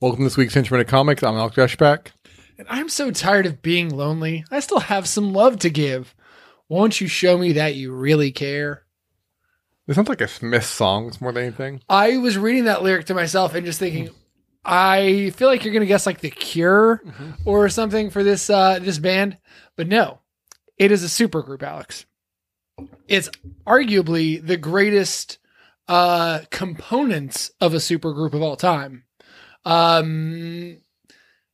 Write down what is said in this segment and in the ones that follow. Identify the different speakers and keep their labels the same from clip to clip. Speaker 1: Welcome to this week's Henchman of Comics. I'm Alex Rushback.
Speaker 2: And I'm so tired of being lonely. I still have some love to give. Won't you show me that you really care?
Speaker 1: This sounds like a Smith song it's more than anything.
Speaker 2: I was reading that lyric to myself and just thinking, I feel like you're gonna guess like the Cure or something for this uh, this band, but no, it is a supergroup, Alex. It's arguably the greatest uh, components of a supergroup of all time. Um,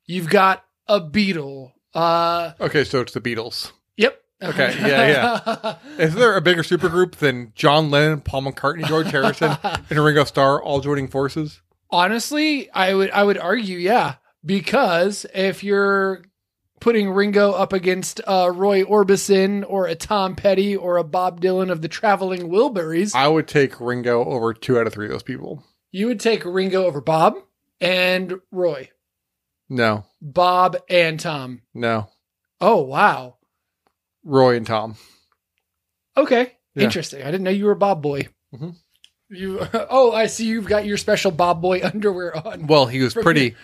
Speaker 2: you've got a Beatle. Uh,
Speaker 1: Okay, so it's the Beatles.
Speaker 2: yep.
Speaker 1: Okay, yeah,
Speaker 2: yeah.
Speaker 1: Is there a bigger supergroup than John Lennon, Paul McCartney, George Harrison, and Ringo Starr all joining forces?
Speaker 2: Honestly, I would I would argue, yeah, because if you're putting Ringo up against uh, Roy Orbison or a Tom Petty or a Bob Dylan of the Traveling Wilburys,
Speaker 1: I would take Ringo over two out of three of those people.
Speaker 2: you would take Ringo over Bob and Roy,
Speaker 1: No,
Speaker 2: Bob and Tom.
Speaker 1: no.
Speaker 2: Oh wow,
Speaker 1: Roy and Tom.
Speaker 2: okay,
Speaker 1: Yeah.
Speaker 2: interesting. I didn't know you were a Bob Boy.
Speaker 1: Mhm.
Speaker 2: You oh, I see. You've got your special Bob Boy underwear on.
Speaker 1: Well, he was
Speaker 2: From
Speaker 1: pretty.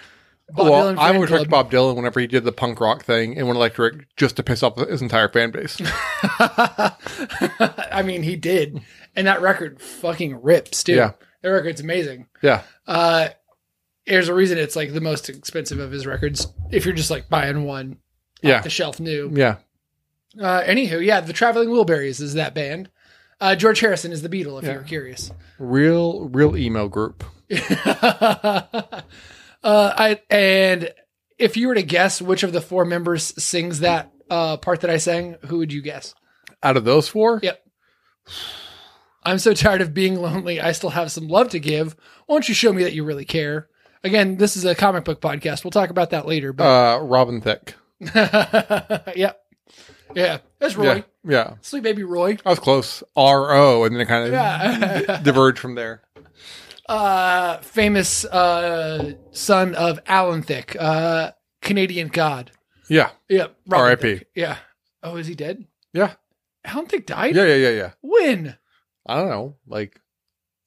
Speaker 2: Bob
Speaker 1: well,
Speaker 2: Dylan
Speaker 1: I
Speaker 2: fan
Speaker 1: would
Speaker 2: club.
Speaker 1: pick Bob Dylan whenever he did the punk rock thing and went electric just to piss off his entire fan base.
Speaker 2: I mean, he did, and that record fucking rips too.
Speaker 1: Yeah.
Speaker 2: That record's amazing.
Speaker 1: yeah,
Speaker 2: Uh, there's a reason it's like the most expensive of his records. If you're just like buying one,
Speaker 1: Yeah.
Speaker 2: off the shelf new.
Speaker 1: yeah.
Speaker 2: Uh, anywho, yeah, the Traveling Wilburys is that band. Uh, George Harrison is the Beatle. If
Speaker 1: Yeah.
Speaker 2: you were curious,
Speaker 1: Real, real emo group.
Speaker 2: uh, I and if you were to guess which of the four members sings that uh, part that I sang, who would you guess?
Speaker 1: Out of those four,
Speaker 2: Yep. I'm so tired of being lonely. I still have some love to give. Won't you show me that you really care? Again, this is a comic book podcast. We'll talk about that later. But
Speaker 1: uh, Robin Thicke.
Speaker 2: yep, yeah, that's Roy,
Speaker 1: Uh. Yeah, yeah.
Speaker 2: sweet baby Roy.
Speaker 1: I was close. R O, and then it kind of
Speaker 2: Yeah.
Speaker 1: diverged from there.
Speaker 2: Uh, famous uh, son of Alan Thicke, uh, Canadian god.
Speaker 1: Yeah,
Speaker 2: Yep, Robin
Speaker 1: R.I.P..
Speaker 2: Thicke. Yeah. Oh, is he dead?
Speaker 1: yeah,
Speaker 2: Alan Thicke died.
Speaker 1: yeah, yeah, yeah, yeah.
Speaker 2: When?
Speaker 1: I don't know, like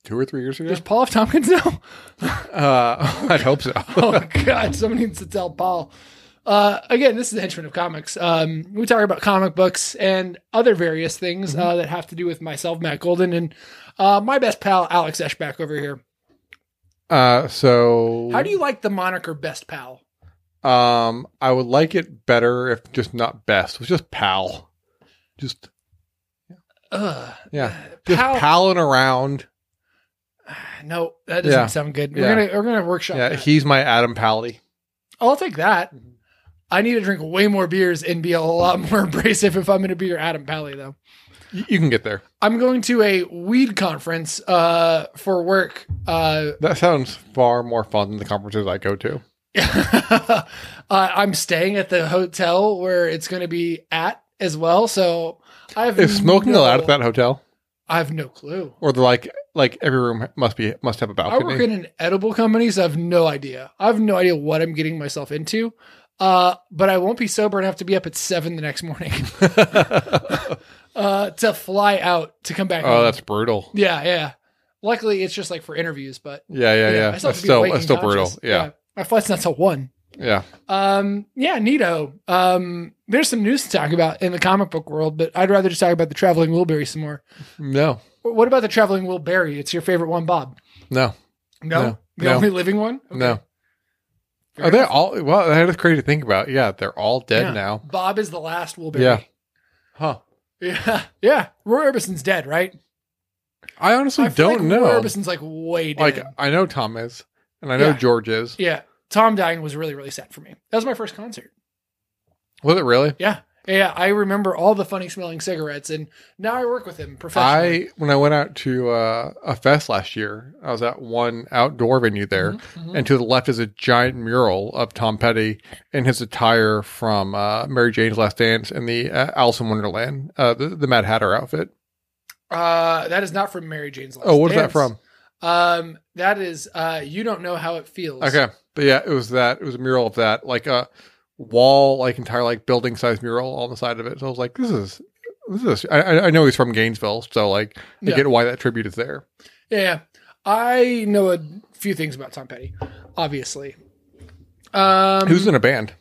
Speaker 1: two or three years ago.
Speaker 2: Does Paul F. Tompkins know?
Speaker 1: Uh, I'd hope so.
Speaker 2: oh god somebody needs to tell paul uh, again this is the henchman of comics um, we talk about comic books and other various things
Speaker 1: Mm-hmm.
Speaker 2: uh, that have to do with myself matt golden and uh, my best pal alex eschbach over here
Speaker 1: Uh, so
Speaker 2: how do you like the moniker best pal
Speaker 1: you? Um, I would like it better if just not best. It was just pal. Just
Speaker 2: Ugh,
Speaker 1: yeah, just
Speaker 2: Pal-
Speaker 1: palling around.
Speaker 2: no that doesn't
Speaker 1: Yeah.
Speaker 2: sound good
Speaker 1: Yeah.
Speaker 2: we're gonna we're gonna workshop
Speaker 1: Yeah, Mm-hmm.
Speaker 2: that.
Speaker 1: he's my Adam Pally.
Speaker 2: i'll take that i need to drink way more beers and be a lot more abrasive if i'm gonna be your adam pally though
Speaker 1: Y- you can get there.
Speaker 2: i'm going to a weed conference uh, for work uh,
Speaker 1: That sounds far more fun than the conferences I go to.
Speaker 2: uh, I'm staying at the hotel where it's going to be at as well. So I've
Speaker 1: Is smoking
Speaker 2: Mm, no,
Speaker 1: allowed at that hotel,
Speaker 2: I have no clue.
Speaker 1: or the like? Like every room must be must have a
Speaker 2: I work
Speaker 1: balcony.
Speaker 2: in an edible company, so I have no idea. I have no idea what I'm getting myself into. Uh, but I won't be sober and have to be up at seven the next morning uh, to fly out to come back.
Speaker 1: oh,
Speaker 2: home.
Speaker 1: that's brutal.
Speaker 2: yeah, yeah. Luckily, it's just like for interviews, but
Speaker 1: Yeah, yeah,
Speaker 2: you know,
Speaker 1: yeah.
Speaker 2: I still
Speaker 1: That's
Speaker 2: have to be
Speaker 1: still
Speaker 2: awake
Speaker 1: that's
Speaker 2: and
Speaker 1: still brutal.
Speaker 2: conscious.
Speaker 1: Yeah,
Speaker 2: my flight's not till one.
Speaker 1: yeah.
Speaker 2: Um, yeah, Nito. Um, there's some news to talk about in the comic book world, but I'd rather just talk about the Traveling Wilbury some more.
Speaker 1: No,
Speaker 2: What about the Traveling Wilbury? It's your favorite one, Bob.
Speaker 1: no,
Speaker 2: No,
Speaker 1: No.
Speaker 2: the
Speaker 1: No.
Speaker 2: only living one. Okay.
Speaker 1: no.
Speaker 2: Fair
Speaker 1: Are they
Speaker 2: enough.
Speaker 1: Oh, all? Well, that is crazy to think about. Yeah, they're all dead
Speaker 2: Yeah.
Speaker 1: now.
Speaker 2: Bob is the last Wilbury.
Speaker 1: Yeah. Huh.
Speaker 2: yeah, yeah. Roy Orbison's dead, right?
Speaker 1: I honestly
Speaker 2: I feel
Speaker 1: don't
Speaker 2: like Roy
Speaker 1: know.
Speaker 2: Orbison's like way dead.
Speaker 1: Like uh, I know Tom is, and I know
Speaker 2: Yeah.
Speaker 1: George is.
Speaker 2: yeah, Tom dying was really really sad for me. That was my first concert.
Speaker 1: Was it really?
Speaker 2: Yeah, yeah. I remember all the funny smelling cigarettes, and now I work with him
Speaker 1: I
Speaker 2: professionally.
Speaker 1: when I went out to uh, a fest last year, I was at one outdoor venue
Speaker 2: Mm-hmm.
Speaker 1: there, and to the left is a giant mural of Tom Petty in his attire from uh, Mary Jane's Last Dance and the uh, Alice in Wonderland, uh, the, the Mad Hatter outfit.
Speaker 2: uh, that is not from Mary Jane's. Last
Speaker 1: Oh, where's Oh, that
Speaker 2: Dance.
Speaker 1: from?
Speaker 2: Um, that is uh, you don't know how it feels.
Speaker 1: Okay, But yeah, it was that. It was a mural of that, like a wall, like entire like building size mural on the side of it. So I was like, this is this is. I- I, I know he's from Gainesville, so like I
Speaker 2: Yeah.
Speaker 1: get why that tribute is there.
Speaker 2: Yeah, yeah. I know a few things about Tom Petty, obviously. Um,
Speaker 1: He was in a band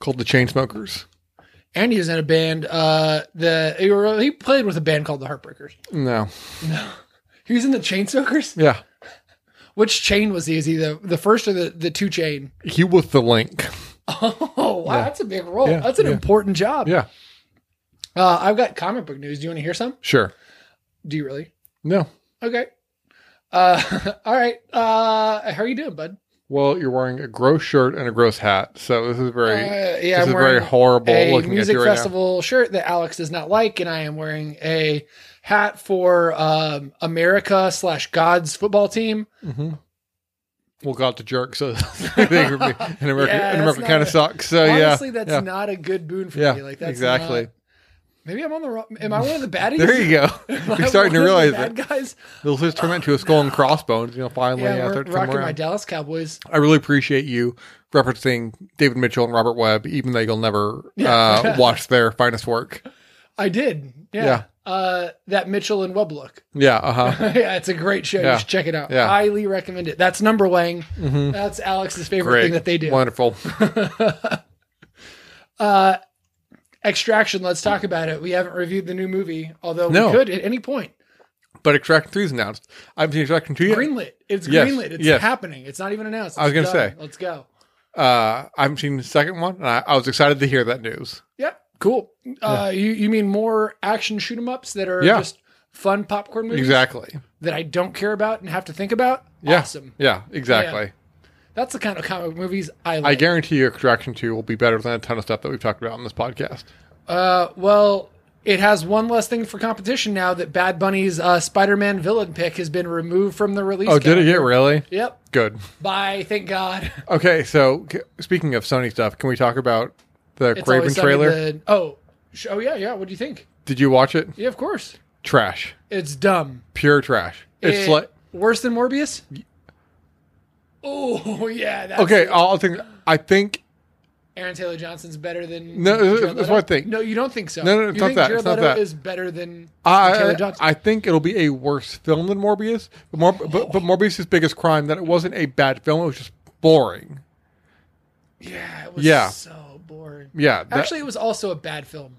Speaker 1: called the Chainsmokers.
Speaker 2: and he was in a band. Uh, the he were- he played with a band called the Heartbreakers.
Speaker 1: No,
Speaker 2: He was in the Chainsmokers.
Speaker 1: yeah,
Speaker 2: Which chain was he? Is he the the first or the the two chain?
Speaker 1: he was the link.
Speaker 2: Oh wow,
Speaker 1: Yeah.
Speaker 2: that's a big role.
Speaker 1: Yeah,
Speaker 2: that's an
Speaker 1: yeah.
Speaker 2: important job.
Speaker 1: Yeah,
Speaker 2: Uh, I've got comic book news. Do you want to hear some?
Speaker 1: sure.
Speaker 2: Do you really?
Speaker 1: No,
Speaker 2: Okay. Uh, all right. Uh, how are you doing, bud?
Speaker 1: well, you're wearing a gross shirt and a gross hat, so this is very
Speaker 2: Uh,
Speaker 1: this
Speaker 2: yeah, I'm
Speaker 1: is
Speaker 2: wearing
Speaker 1: very horrible
Speaker 2: a
Speaker 1: looking at
Speaker 2: music
Speaker 1: you right
Speaker 2: festival shirt that Alex does not like, and I am wearing a hat for um, America slash God's football team.
Speaker 1: now. hmm Well, got the jerk, so and America, and
Speaker 2: Yeah, that's
Speaker 1: America
Speaker 2: not
Speaker 1: kind
Speaker 2: a-
Speaker 1: of sucks. So
Speaker 2: Honestly,
Speaker 1: Oh, yeah,
Speaker 2: that's
Speaker 1: yeah,
Speaker 2: not a good boon for
Speaker 1: yeah,
Speaker 2: me. Like that's
Speaker 1: exactly.
Speaker 2: not- maybe I'm on the wrong. Am I one of the baddies?
Speaker 1: There you go.
Speaker 2: Am I
Speaker 1: You're starting to
Speaker 2: one of the
Speaker 1: realize
Speaker 2: bad
Speaker 1: it.
Speaker 2: guys.
Speaker 1: They'll just turn it into a skull and crossbones. You know, finally,
Speaker 2: Yeah,
Speaker 1: yeah,
Speaker 2: we're
Speaker 1: start to come
Speaker 2: rocking my
Speaker 1: around.
Speaker 2: Dallas Cowboys.
Speaker 1: I really appreciate you referencing David Mitchell and Robert Webb, even though you'll never
Speaker 2: Yeah.
Speaker 1: uh, watch their finest work.
Speaker 2: I did. Yeah.
Speaker 1: Yeah.
Speaker 2: Uh, that Mitchell and Webb look.
Speaker 1: Yeah, uh huh.
Speaker 2: yeah, it's a great show.
Speaker 1: Yeah.
Speaker 2: You should check it out.
Speaker 1: Yeah.
Speaker 2: Highly recommend it. That's number Wang.
Speaker 1: hmm
Speaker 2: That's Alex's favorite
Speaker 1: Great,
Speaker 2: thing that they do.
Speaker 1: wonderful.
Speaker 2: uh, Extraction. Let's talk about it. We haven't reviewed the new movie, although
Speaker 1: No.
Speaker 2: we could at any point.
Speaker 1: But Extraction Three is announced. I haven't seen Extraction Two yet.
Speaker 2: Greenlit. It's
Speaker 1: Yes.
Speaker 2: greenlit. It's
Speaker 1: Yes.
Speaker 2: happening. It's not even announced.
Speaker 1: I was
Speaker 2: It's
Speaker 1: gonna
Speaker 2: done. let's go.
Speaker 1: Uh, I haven't seen the second one, and I, I was excited to hear that news.
Speaker 2: Yep. Cool. Uh, you you mean more action shoot 'em ups that are
Speaker 1: Yeah.
Speaker 2: just fun popcorn movies
Speaker 1: Exactly.
Speaker 2: that I don't care about and have to think about?
Speaker 1: Yeah.
Speaker 2: Awesome.
Speaker 1: Yeah, exactly.
Speaker 2: That's the kind of comic movies I like.
Speaker 1: I guarantee you, Extraction Two will be better than a ton of stuff that we've talked about on this podcast.
Speaker 2: Uh, well, it has one less thing for competition now that Bad Bunny's uh, Spider-Man villain pick has been removed from the release.
Speaker 1: Oh, did it
Speaker 2: calendar.
Speaker 1: get really
Speaker 2: Yep.
Speaker 1: good?
Speaker 2: Bye. Thank God.
Speaker 1: Okay, so c- speaking of Sony stuff, can we talk about the
Speaker 2: It's
Speaker 1: Craven
Speaker 2: always something
Speaker 1: trailer?
Speaker 2: that- oh, sh- oh yeah, yeah. What do you think?
Speaker 1: Did you watch it?
Speaker 2: Yeah, of course.
Speaker 1: Trash,
Speaker 2: It's dumb.
Speaker 1: pure trash. It's
Speaker 2: It-
Speaker 1: like
Speaker 2: worse than Morbius. Oh yeah. That's
Speaker 1: okay, I'll think. I think
Speaker 2: Aaron Taylor Johnson's better than
Speaker 1: No,
Speaker 2: than
Speaker 1: it's-
Speaker 2: Jared
Speaker 1: it's
Speaker 2: Leto?
Speaker 1: one thing.
Speaker 2: No, you don't think so.
Speaker 1: No, no, it's
Speaker 2: you
Speaker 1: not
Speaker 2: think
Speaker 1: that.
Speaker 2: Jared
Speaker 1: It's not
Speaker 2: Leto
Speaker 1: that.
Speaker 2: is better than Taylor
Speaker 1: I
Speaker 2: Johnson.
Speaker 1: I think it'll be a worse film than Morbius. But, Mor- but, but Morbius' biggest crime that it wasn't a bad film; it was just boring.
Speaker 2: yeah, it was
Speaker 1: Yeah.
Speaker 2: so boring.
Speaker 1: Yeah, that-
Speaker 2: Actually, it was also a bad film.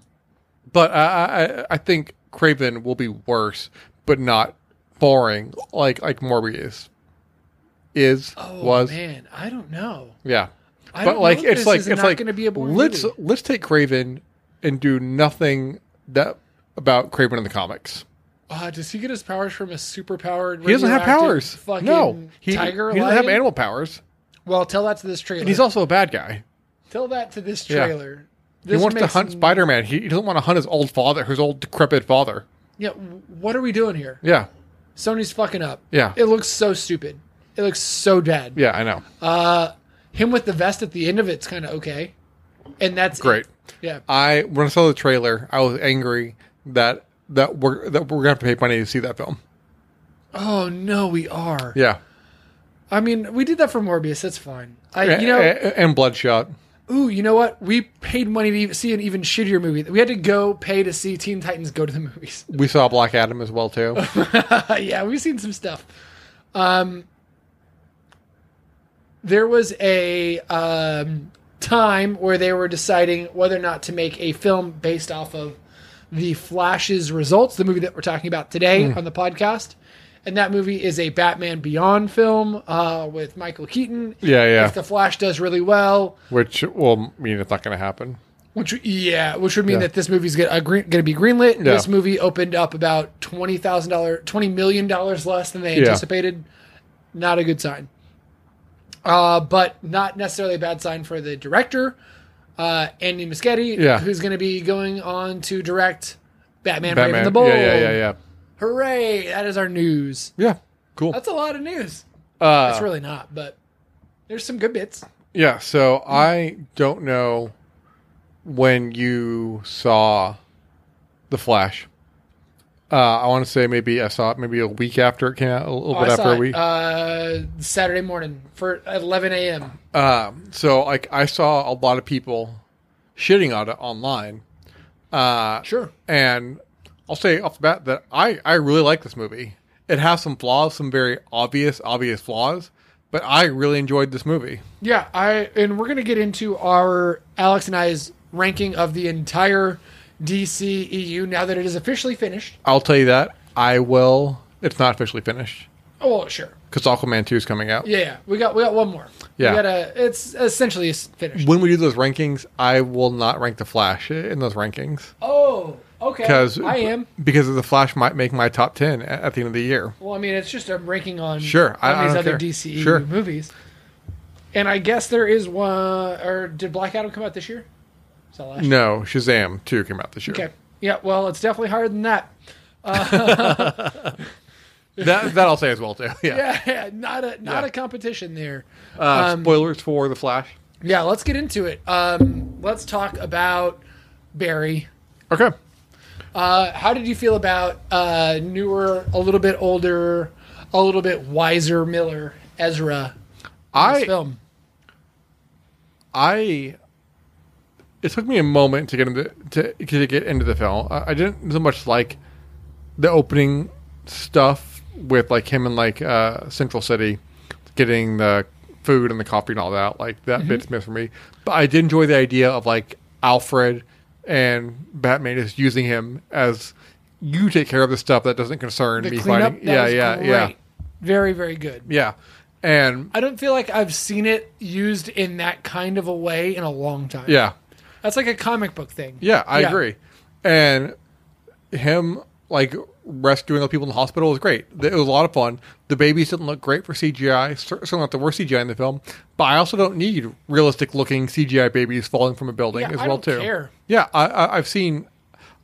Speaker 1: but I, I- I I think Craven will be worse, but not boring like like Morbius is
Speaker 2: Oh
Speaker 1: was
Speaker 2: man, I don't know.
Speaker 1: yeah.
Speaker 2: I
Speaker 1: but
Speaker 2: don't
Speaker 1: like
Speaker 2: know if
Speaker 1: it's
Speaker 2: this
Speaker 1: like
Speaker 2: is
Speaker 1: it's
Speaker 2: not
Speaker 1: like
Speaker 2: gonna be a boring
Speaker 1: let's
Speaker 2: movie.
Speaker 1: let's take Craven and do nothing that about Craven in the comics.
Speaker 2: Uh, does he get his powers from a superpowered?
Speaker 1: He doesn't have powers.
Speaker 2: Fucking
Speaker 1: no, he,
Speaker 2: tiger.
Speaker 1: he doesn't have
Speaker 2: lion?
Speaker 1: animal powers,
Speaker 2: Well, tell that to this trailer.
Speaker 1: and he's also a bad guy.
Speaker 2: tell that to this
Speaker 1: Yeah.
Speaker 2: trailer.
Speaker 1: He
Speaker 2: This
Speaker 1: wants to
Speaker 2: makes
Speaker 1: hunt
Speaker 2: n-
Speaker 1: Spider Man. He, he doesn't want to hunt his old father, his old decrepit father.
Speaker 2: Yeah, w- what are we doing here?
Speaker 1: Yeah,
Speaker 2: Sony's fucking up.
Speaker 1: Yeah.
Speaker 2: it looks so stupid. It looks so bad.
Speaker 1: yeah, I know.
Speaker 2: Uh, him with the vest at the end of it's kind of okay, and that's it.
Speaker 1: Great.
Speaker 2: Yeah,
Speaker 1: I when I saw the trailer, I was angry that that we're that we're gonna have to pay money to see that film.
Speaker 2: Oh no, we are.
Speaker 1: Yeah,
Speaker 2: I mean, we did that for Morbius. That's fine. I, you
Speaker 1: A-
Speaker 2: know,
Speaker 1: a- and Bloodshot.
Speaker 2: ooh, you know what? We paid money to even see an even shittier movie. We had to go pay to see Teen Titans go to the movies.
Speaker 1: We saw Black Adam as well too.
Speaker 2: yeah, we've seen some stuff. Um, there was a um, time where they were deciding whether or not to make a film based off of the Flash's results, the movie that we're talking about today on the podcast. And that movie is a Batman Beyond film uh, with Michael Keaton.
Speaker 1: Yeah, yeah.
Speaker 2: If the Flash does really well,
Speaker 1: Which will mean it's not going to happen.
Speaker 2: which yeah, which would mean
Speaker 1: Yeah.
Speaker 2: that this movie's gonna, uh, green, gonna be greenlit.
Speaker 1: Yeah.
Speaker 2: This movie opened up about twenty thousand dollar, twenty million dollars less than they
Speaker 1: Yeah.
Speaker 2: anticipated. Not a good sign. Uh, but not necessarily a bad sign for the director, uh, Andy Muschietti,
Speaker 1: Yeah.
Speaker 2: who's going to be going on to direct Batman, Brave
Speaker 1: Batman.
Speaker 2: and the Bold.
Speaker 1: Yeah, yeah, yeah, yeah.
Speaker 2: Hooray! That is our news.
Speaker 1: Yeah, cool.
Speaker 2: That's a lot of news.
Speaker 1: Uh,
Speaker 2: It's really not, but there's some good bits.
Speaker 1: yeah, so I don't know when you saw The Flash. Uh, I want to say maybe I saw it maybe a week after it came out, a little
Speaker 2: Oh,
Speaker 1: bit
Speaker 2: I
Speaker 1: after
Speaker 2: saw
Speaker 1: a
Speaker 2: it,
Speaker 1: week.
Speaker 2: uh, Saturday morning for 11 a.m.
Speaker 1: Um, so like I saw a lot of people shitting on it online. Uh,
Speaker 2: Sure.
Speaker 1: and I'll say off the bat that I I really like this movie. It has some flaws, some very obvious obvious flaws, but I really enjoyed this movie.
Speaker 2: Yeah, I and we're gonna get into our Alex and I's ranking of the entire DC EU now that it is officially finished.
Speaker 1: I'll tell you that I will. It's not officially finished
Speaker 2: Oh, well, sure.
Speaker 1: because Aquaman two is coming out.
Speaker 2: Yeah, yeah, we got we got one more.
Speaker 1: Yeah.
Speaker 2: we got a, it's essentially s- finished.
Speaker 1: When we do those rankings, I will not rank the Flash in those rankings
Speaker 2: Oh, okay.
Speaker 1: because
Speaker 2: I am.
Speaker 1: because the Flash might make my top ten a- at the end of the year.
Speaker 2: Well, I mean, it's just a ranking on
Speaker 1: Sure, I-
Speaker 2: on
Speaker 1: I
Speaker 2: these
Speaker 1: don't
Speaker 2: other
Speaker 1: care.
Speaker 2: DCEU
Speaker 1: Sure.
Speaker 2: movies. And I guess there is one. Or did Black Adam come out this year? Is that last year?
Speaker 1: No, Shazam two came out this year.
Speaker 2: Okay. Yeah. Well, it's definitely higher than that.
Speaker 1: That that I'll say as well too. Yeah.
Speaker 2: Yeah. Um, yeah not a not
Speaker 1: Yeah.
Speaker 2: a competition there.
Speaker 1: Uh, spoilers for the Flash.
Speaker 2: Yeah, let's get into it. Um, let's talk about Barry.
Speaker 1: Okay.
Speaker 2: Uh, how did you feel about uh, newer, a little bit older, a little bit wiser Miller Ezra in this
Speaker 1: I
Speaker 2: film?
Speaker 1: I it took me a moment to get into to, to get into the film. I, I didn't so much like the opening stuff with like him in like uh, Central City getting the food and the coffee and all that. Like
Speaker 2: Mm-hmm.
Speaker 1: that bit's missed for me. But I did enjoy the idea of like Alfred and Batman is using him as you take care of the stuff that doesn't concern
Speaker 2: The
Speaker 1: me
Speaker 2: cleanup,
Speaker 1: fighting.
Speaker 2: that
Speaker 1: Yeah,
Speaker 2: was
Speaker 1: yeah,
Speaker 2: great.
Speaker 1: yeah.
Speaker 2: very, very good.
Speaker 1: Yeah. And
Speaker 2: I don't feel like I've seen it used in that kind of a way in a long time.
Speaker 1: yeah.
Speaker 2: that's like a comic book thing.
Speaker 1: Yeah, I agree. And him like rescuing the people in the hospital was great. It was a lot of fun. The babies didn't look great for CGI. cer- Certainly not the worst CGI in the film. But I also don't need realistic looking CGI babies falling from a building
Speaker 2: Yeah,
Speaker 1: as
Speaker 2: I
Speaker 1: well
Speaker 2: don't
Speaker 1: too.
Speaker 2: care.
Speaker 1: Yeah, I, I, I've seen.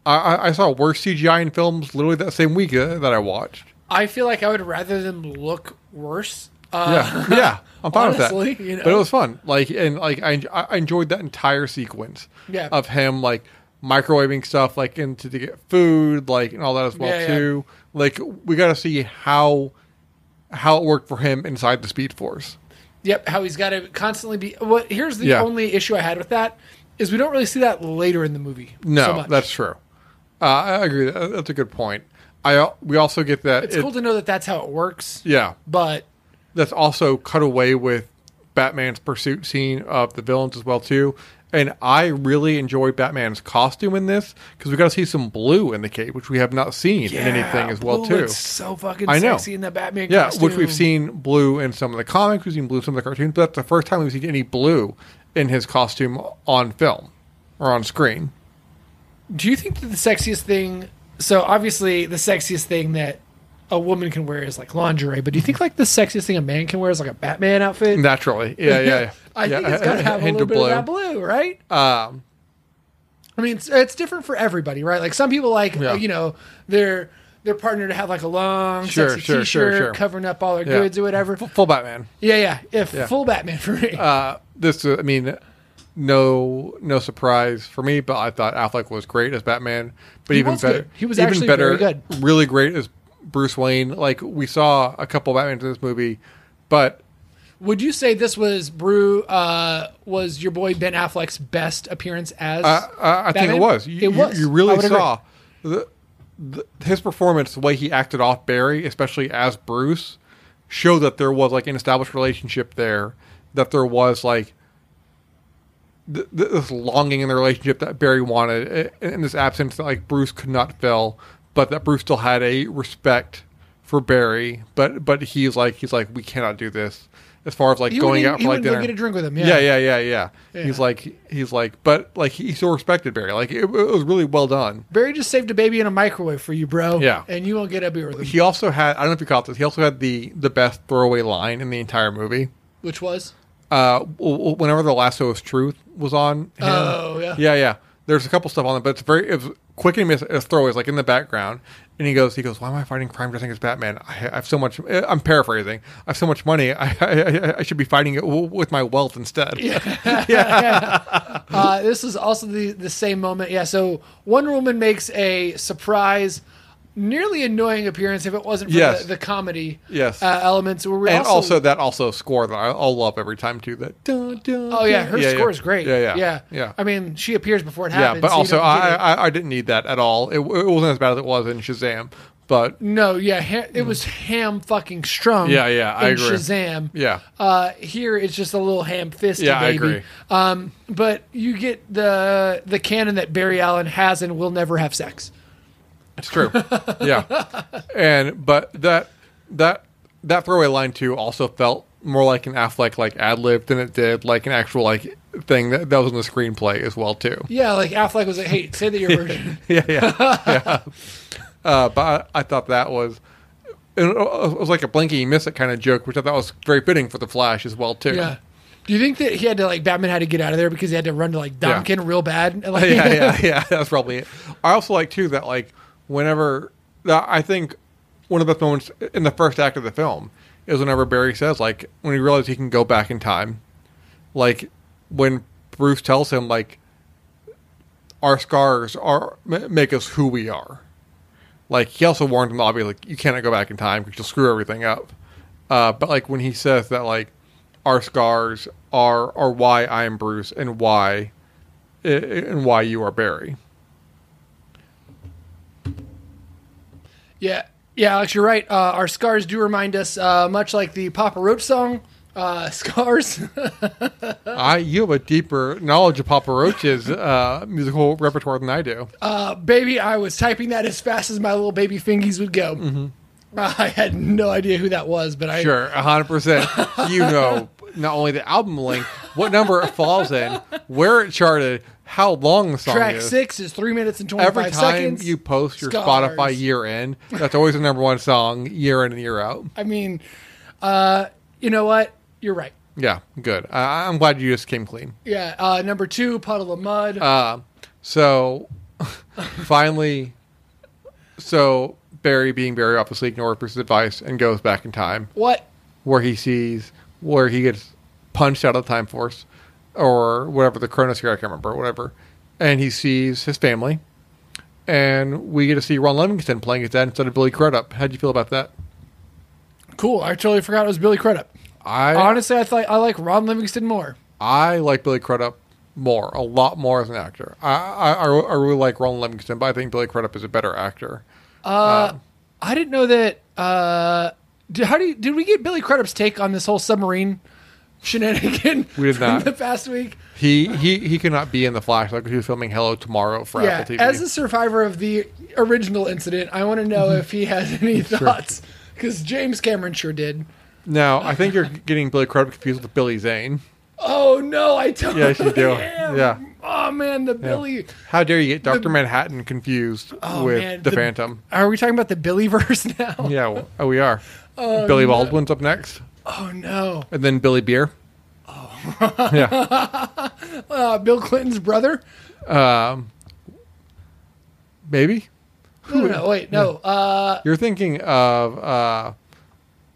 Speaker 1: I, I- I saw worse CGI in films literally that same week uh, that I watched.
Speaker 2: I feel like I would rather them look worse. Uh,
Speaker 1: Yeah, yeah, I'm fine
Speaker 2: honestly,
Speaker 1: with that.
Speaker 2: you know.
Speaker 1: But it was fun. Like, and like, I, en- I enjoyed that entire sequence.
Speaker 2: Yeah.
Speaker 1: Of him like microwaving stuff like into to get food, like and all that as well
Speaker 2: Yeah, yeah.
Speaker 1: too. Like, we got to see how how it worked for him inside the Speed Force.
Speaker 2: Yep, how he's got to constantly be. What here's the
Speaker 1: Yeah.
Speaker 2: only issue I had with that is we don't really see that later in the movie.
Speaker 1: No,
Speaker 2: so much.
Speaker 1: that's true. Uh, I agree. That- That's a good point. I al- we also get that.
Speaker 2: it's
Speaker 1: it-
Speaker 2: cool to know that that's how it works.
Speaker 1: Yeah,
Speaker 2: But
Speaker 1: that's also cut away with Batman's pursuit scene of the villains as well too. And I really enjoyed Batman's costume in this because we got to see some blue in the cape, which we have not seen in anything as well
Speaker 2: Blue
Speaker 1: too.
Speaker 2: looks so fucking
Speaker 1: I know.
Speaker 2: sexy in that Batman.
Speaker 1: Yeah,
Speaker 2: costume.
Speaker 1: which we've seen blue in some of the comics, we've seen blue in some of the cartoons, but that's the first time we've seen any blue in his costume on film or on screen.
Speaker 2: Do you think that the sexiest thing? So obviously, the sexiest thing that a woman can wear is like lingerie. But do you think like the sexiest thing a man can wear is like a Batman outfit?
Speaker 1: Naturally, yeah, yeah. yeah.
Speaker 2: I
Speaker 1: yeah.
Speaker 2: think it's got to have a
Speaker 1: Hint
Speaker 2: little bit of that blue, right?
Speaker 1: Um,
Speaker 2: I mean, it's, it's different for everybody, right? Like some people like
Speaker 1: Yeah.
Speaker 2: you know their their partner to have like a long
Speaker 1: Sure,
Speaker 2: sexy
Speaker 1: sure,
Speaker 2: t-shirt
Speaker 1: sure, sure.
Speaker 2: covering up all their
Speaker 1: Yeah.
Speaker 2: goods or whatever.
Speaker 1: f- full Batman.
Speaker 2: Yeah, yeah. If
Speaker 1: Yeah.
Speaker 2: full Batman for me.
Speaker 1: Uh, this, uh, I mean, no, no surprise for me. But I thought Affleck was great as Batman, but even
Speaker 2: was
Speaker 1: better,
Speaker 2: good. He was
Speaker 1: even
Speaker 2: actually
Speaker 1: better,
Speaker 2: very good.
Speaker 1: really great as Bruce Wayne. Like we saw a couple Batmans in this movie, but
Speaker 2: Would you say this was Brew uh, was your boy Ben Affleck's best appearance as?
Speaker 1: I, I, I think it
Speaker 2: Batman?
Speaker 1: was. You,
Speaker 2: It
Speaker 1: you-
Speaker 2: was.
Speaker 1: You,
Speaker 2: I
Speaker 1: really
Speaker 2: would agree.
Speaker 1: saw the, the, his performance, the way he acted off Barry, especially as Bruce, showed that there was like an established relationship there. That there was like th- th- this longing in the relationship that Barry wanted, and, and this absence that like Bruce could not fill, but that Bruce still had a respect for Barry. But but he's like he's like we cannot do this. As far as like
Speaker 2: He
Speaker 1: going
Speaker 2: wouldn't-
Speaker 1: out
Speaker 2: he
Speaker 1: for like
Speaker 2: wouldn't go
Speaker 1: dinner,
Speaker 2: get a drink with him.
Speaker 1: yeah, yeah, yeah, yeah. He's
Speaker 2: Yeah.
Speaker 1: like, he's like, but like he still respected Barry. Like it, it was really well done.
Speaker 2: Barry just saved a baby in a microwave for you, bro.
Speaker 1: Yeah.
Speaker 2: And you won't get a beer with him.
Speaker 1: He also had, I don't know if you caught this. He also had the the best throwaway line in the entire movie.
Speaker 2: Which was?
Speaker 1: Uh, w- w- whenever the lasso of truth was on, him.
Speaker 2: Oh, yeah.
Speaker 1: yeah, yeah. There's a couple stuff on it, but it's very it was quick and miss as throwaways, like in the background. And he goes, he goes, why am I fighting crime dressing as Batman? I, ha- I have so much. eh, I'm paraphrasing. I have so much money. I I, I, I should be fighting it w- with my wealth instead.
Speaker 2: Uh, this is also the, the same moment. Yeah. So Wonder Woman makes a surprise nearly annoying appearance if it wasn't for
Speaker 1: Yes.
Speaker 2: the, the comedy
Speaker 1: Yes.
Speaker 2: uh, elements. Where we
Speaker 1: and also, that also score that I, I'll love every time too. That dun, dun,
Speaker 2: oh yeah, her
Speaker 1: dun.
Speaker 2: score is great.
Speaker 1: Yeah, yeah,
Speaker 2: yeah,
Speaker 1: yeah.
Speaker 2: I mean, she appears before it
Speaker 1: yeah,
Speaker 2: happens.
Speaker 1: but
Speaker 2: so you
Speaker 1: also
Speaker 2: don't
Speaker 1: I,
Speaker 2: get it.
Speaker 1: I I didn't need that at all. It, it wasn't as bad as it was in Shazam, but
Speaker 2: no, yeah, ha- it was ham fucking strung.
Speaker 1: Mm. Yeah, yeah, I
Speaker 2: in
Speaker 1: agree.
Speaker 2: Shazam.
Speaker 1: yeah,
Speaker 2: Uh, here it's just a little ham fisted
Speaker 1: Yeah, I
Speaker 2: baby.
Speaker 1: agree.
Speaker 2: Um, but you get the the canon that Barry Allen has and will never have sex.
Speaker 1: it's true. yeah, and but that that that throwaway line too also felt more like an Affleck like ad lib than it did like an actual like thing that, that was in the screenplay as well too.
Speaker 2: Yeah, like Affleck was like, "Hey, say that you're virgin."
Speaker 1: yeah, yeah. yeah. Uh, but I, I thought that was it was like a blinking you miss it kind of joke, which I thought was very fitting for the Flash as well too.
Speaker 2: Yeah. Do you think that he had to like Batman had to get out of there because he had to run to like
Speaker 1: Yeah.
Speaker 2: Donkin real bad? And, like,
Speaker 1: yeah, yeah, yeah. That's probably it. I also like too that like whenever that I think one of the best moments in the first act of the film is whenever Barry says like when he realizes he can go back in time, like when Bruce tells him like our scars are ma- make us who we are. Like he also warned him obviously like you cannot go back in time because you'll screw everything up. Uh, but like when he says that like our scars are are why I am Bruce and why i- i- uh, and why you are Barry.
Speaker 2: yeah, yeah, Alex, you're right. Uh, our scars do remind us, uh, much like the Papa Roach song, uh, "Scars." Uh.
Speaker 1: I you have a deeper knowledge of Papa Roach's uh, musical repertoire than I do.
Speaker 2: uh, baby, I was typing that as fast as my little baby fingies would go. I had no idea who that was, but I
Speaker 1: Mm-hmm. Sure, hundred percent. You know not only the album link, what number it falls in, where it charted, how long the song
Speaker 2: track
Speaker 1: is.
Speaker 2: six is three minutes and twenty
Speaker 1: Every
Speaker 2: five
Speaker 1: time
Speaker 2: seconds.
Speaker 1: you post your
Speaker 2: Scars.
Speaker 1: Spotify year end, that's always the number one song year in and year out.
Speaker 2: I mean, uh, you know what? You're right.
Speaker 1: Yeah, good. I, I'm glad you just came clean.
Speaker 2: Yeah. Uh, number two, puddle of mud.
Speaker 1: Uh, so finally, so Barry, being Barry, obviously ignores Bruce's advice and goes back in time
Speaker 2: what?
Speaker 1: where he sees where he gets punched out of the Time Force or whatever the Chronosphere, I can't remember, whatever. And he sees his family, and we get to see Ron Livingston playing his dad instead of Billy Crudup. How'd you feel about that?
Speaker 2: Cool. I totally forgot it was Billy Crudup.
Speaker 1: I
Speaker 2: Honestly, I thought I like Ron Livingston more.
Speaker 1: I like Billy Crudup more, a lot more as an actor. I I, I I really like Ron Livingston, but I think Billy Crudup is a better actor.
Speaker 2: I didn't know that. Uh, did, how do you, did we get Billy Crudup's take on this whole submarine shenanigan?
Speaker 1: We did
Speaker 2: from
Speaker 1: not.
Speaker 2: the past week.
Speaker 1: He he he cannot be in the Flash like he was filming Hello Tomorrow for
Speaker 2: Yeah,
Speaker 1: Apple TV.
Speaker 2: as a survivor of the original incident, I want to know if he has any thoughts because James Cameron sure did.
Speaker 1: now I think you're getting Billy Crudup confused with Billy Zane.
Speaker 2: Oh no, I totally
Speaker 1: Yes, you do.
Speaker 2: am.
Speaker 1: Yeah.
Speaker 2: Oh man, the Billy.
Speaker 1: How dare you get Doctor Manhattan confused
Speaker 2: Oh,
Speaker 1: with
Speaker 2: man,
Speaker 1: the, Phantom?
Speaker 2: Are we talking about the Billy verse now?
Speaker 1: Yeah, w- oh, we are. Billy Baldwin's up next,
Speaker 2: Oh no,
Speaker 1: and then Billy Beer. Oh. yeah.
Speaker 2: uh, Bill Clinton's brother.
Speaker 1: Um, maybe
Speaker 2: No, no, no, wait, no. Uh,
Speaker 1: you're thinking of. Uh,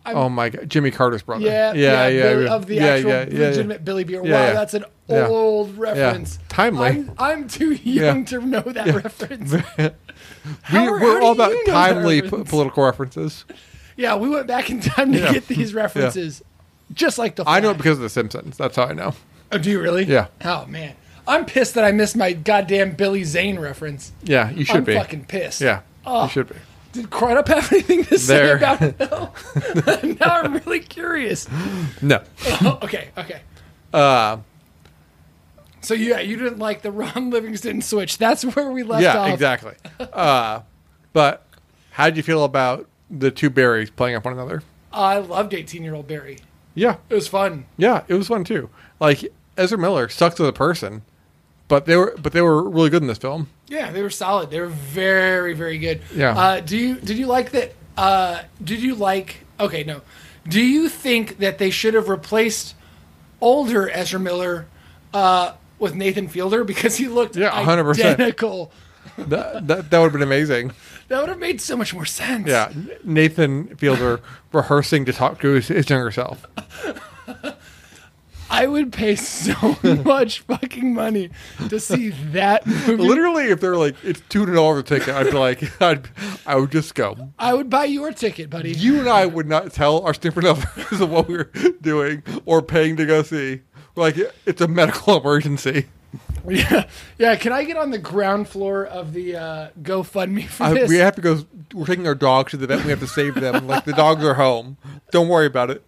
Speaker 2: I'm-
Speaker 1: oh my God, Jimmy Carter's brother.
Speaker 2: Yeah,
Speaker 1: yeah, yeah,
Speaker 2: Billy-
Speaker 1: yeah.
Speaker 2: of the
Speaker 1: Yeah,
Speaker 2: actual
Speaker 1: yeah, yeah, yeah.
Speaker 2: legitimate Billy Beer. Wow,
Speaker 1: Yeah, yeah.
Speaker 2: that's an
Speaker 1: Yeah.
Speaker 2: old reference.
Speaker 1: Timely.
Speaker 2: I'm, I'm too young
Speaker 1: Yeah.
Speaker 2: to know that reference.
Speaker 1: we,
Speaker 2: How are- how
Speaker 1: we're
Speaker 2: do
Speaker 1: all
Speaker 2: you
Speaker 1: about
Speaker 2: know that
Speaker 1: timely p-
Speaker 2: reference?
Speaker 1: political references.
Speaker 2: yeah, we went back in time to
Speaker 1: Yeah.
Speaker 2: get these references, just like the.
Speaker 1: I know it
Speaker 2: Flash.
Speaker 1: because of The Simpsons. That's how I know.
Speaker 2: Oh, do you really?
Speaker 1: Yeah.
Speaker 2: Oh man, I'm pissed that I missed my goddamn Billy Zane reference.
Speaker 1: Yeah, you should
Speaker 2: I'm
Speaker 1: be.
Speaker 2: fucking pissed.
Speaker 1: yeah,
Speaker 2: Oh.
Speaker 1: you should be.
Speaker 2: Did Crudup have anything to say
Speaker 1: There.
Speaker 2: about it? though? now I'm really curious.
Speaker 1: No,
Speaker 2: Oh, okay. Okay.
Speaker 1: uh,
Speaker 2: So yeah, you didn't like the Ron Livingston switch. That's where we left
Speaker 1: yeah,
Speaker 2: off.
Speaker 1: exactly. Uh, but how did you feel about the two berries playing up one another?
Speaker 2: I loved 18 year old Barry.
Speaker 1: Yeah,
Speaker 2: It was fun.
Speaker 1: yeah, it was fun too. Like Ezra Miller sucks as a person, but they were but they were really good in this film.
Speaker 2: Yeah, they were solid. They were very, very good.
Speaker 1: Yeah.
Speaker 2: Uh, do you did you like that? Uh, did you like? Okay, no. Do you think that they should have replaced older Ezra Miller uh, with Nathan Fielder because he looked
Speaker 1: Yeah, 100%.
Speaker 2: identical?
Speaker 1: That that, that would have been amazing.
Speaker 2: That would have made so much more sense.
Speaker 1: Yeah, Nathan Fielder rehearsing to talk to his, his younger self.
Speaker 2: I would pay so much fucking money to see that movie.
Speaker 1: Literally, if they're like it's two hundred dollars a ticket, I'd be like, I'd, I would just go.
Speaker 2: I would buy your ticket, buddy.
Speaker 1: You and I would not tell our Stanford officers of what we were doing or paying to go see. We're like it's a medical emergency.
Speaker 2: Yeah, yeah. Can I get on the ground floor of the uh, GoFundMe for
Speaker 1: I,
Speaker 2: this?
Speaker 1: we have to go. We're taking our dogs to the vet. We have to save them. like the dogs are home. Don't worry about it.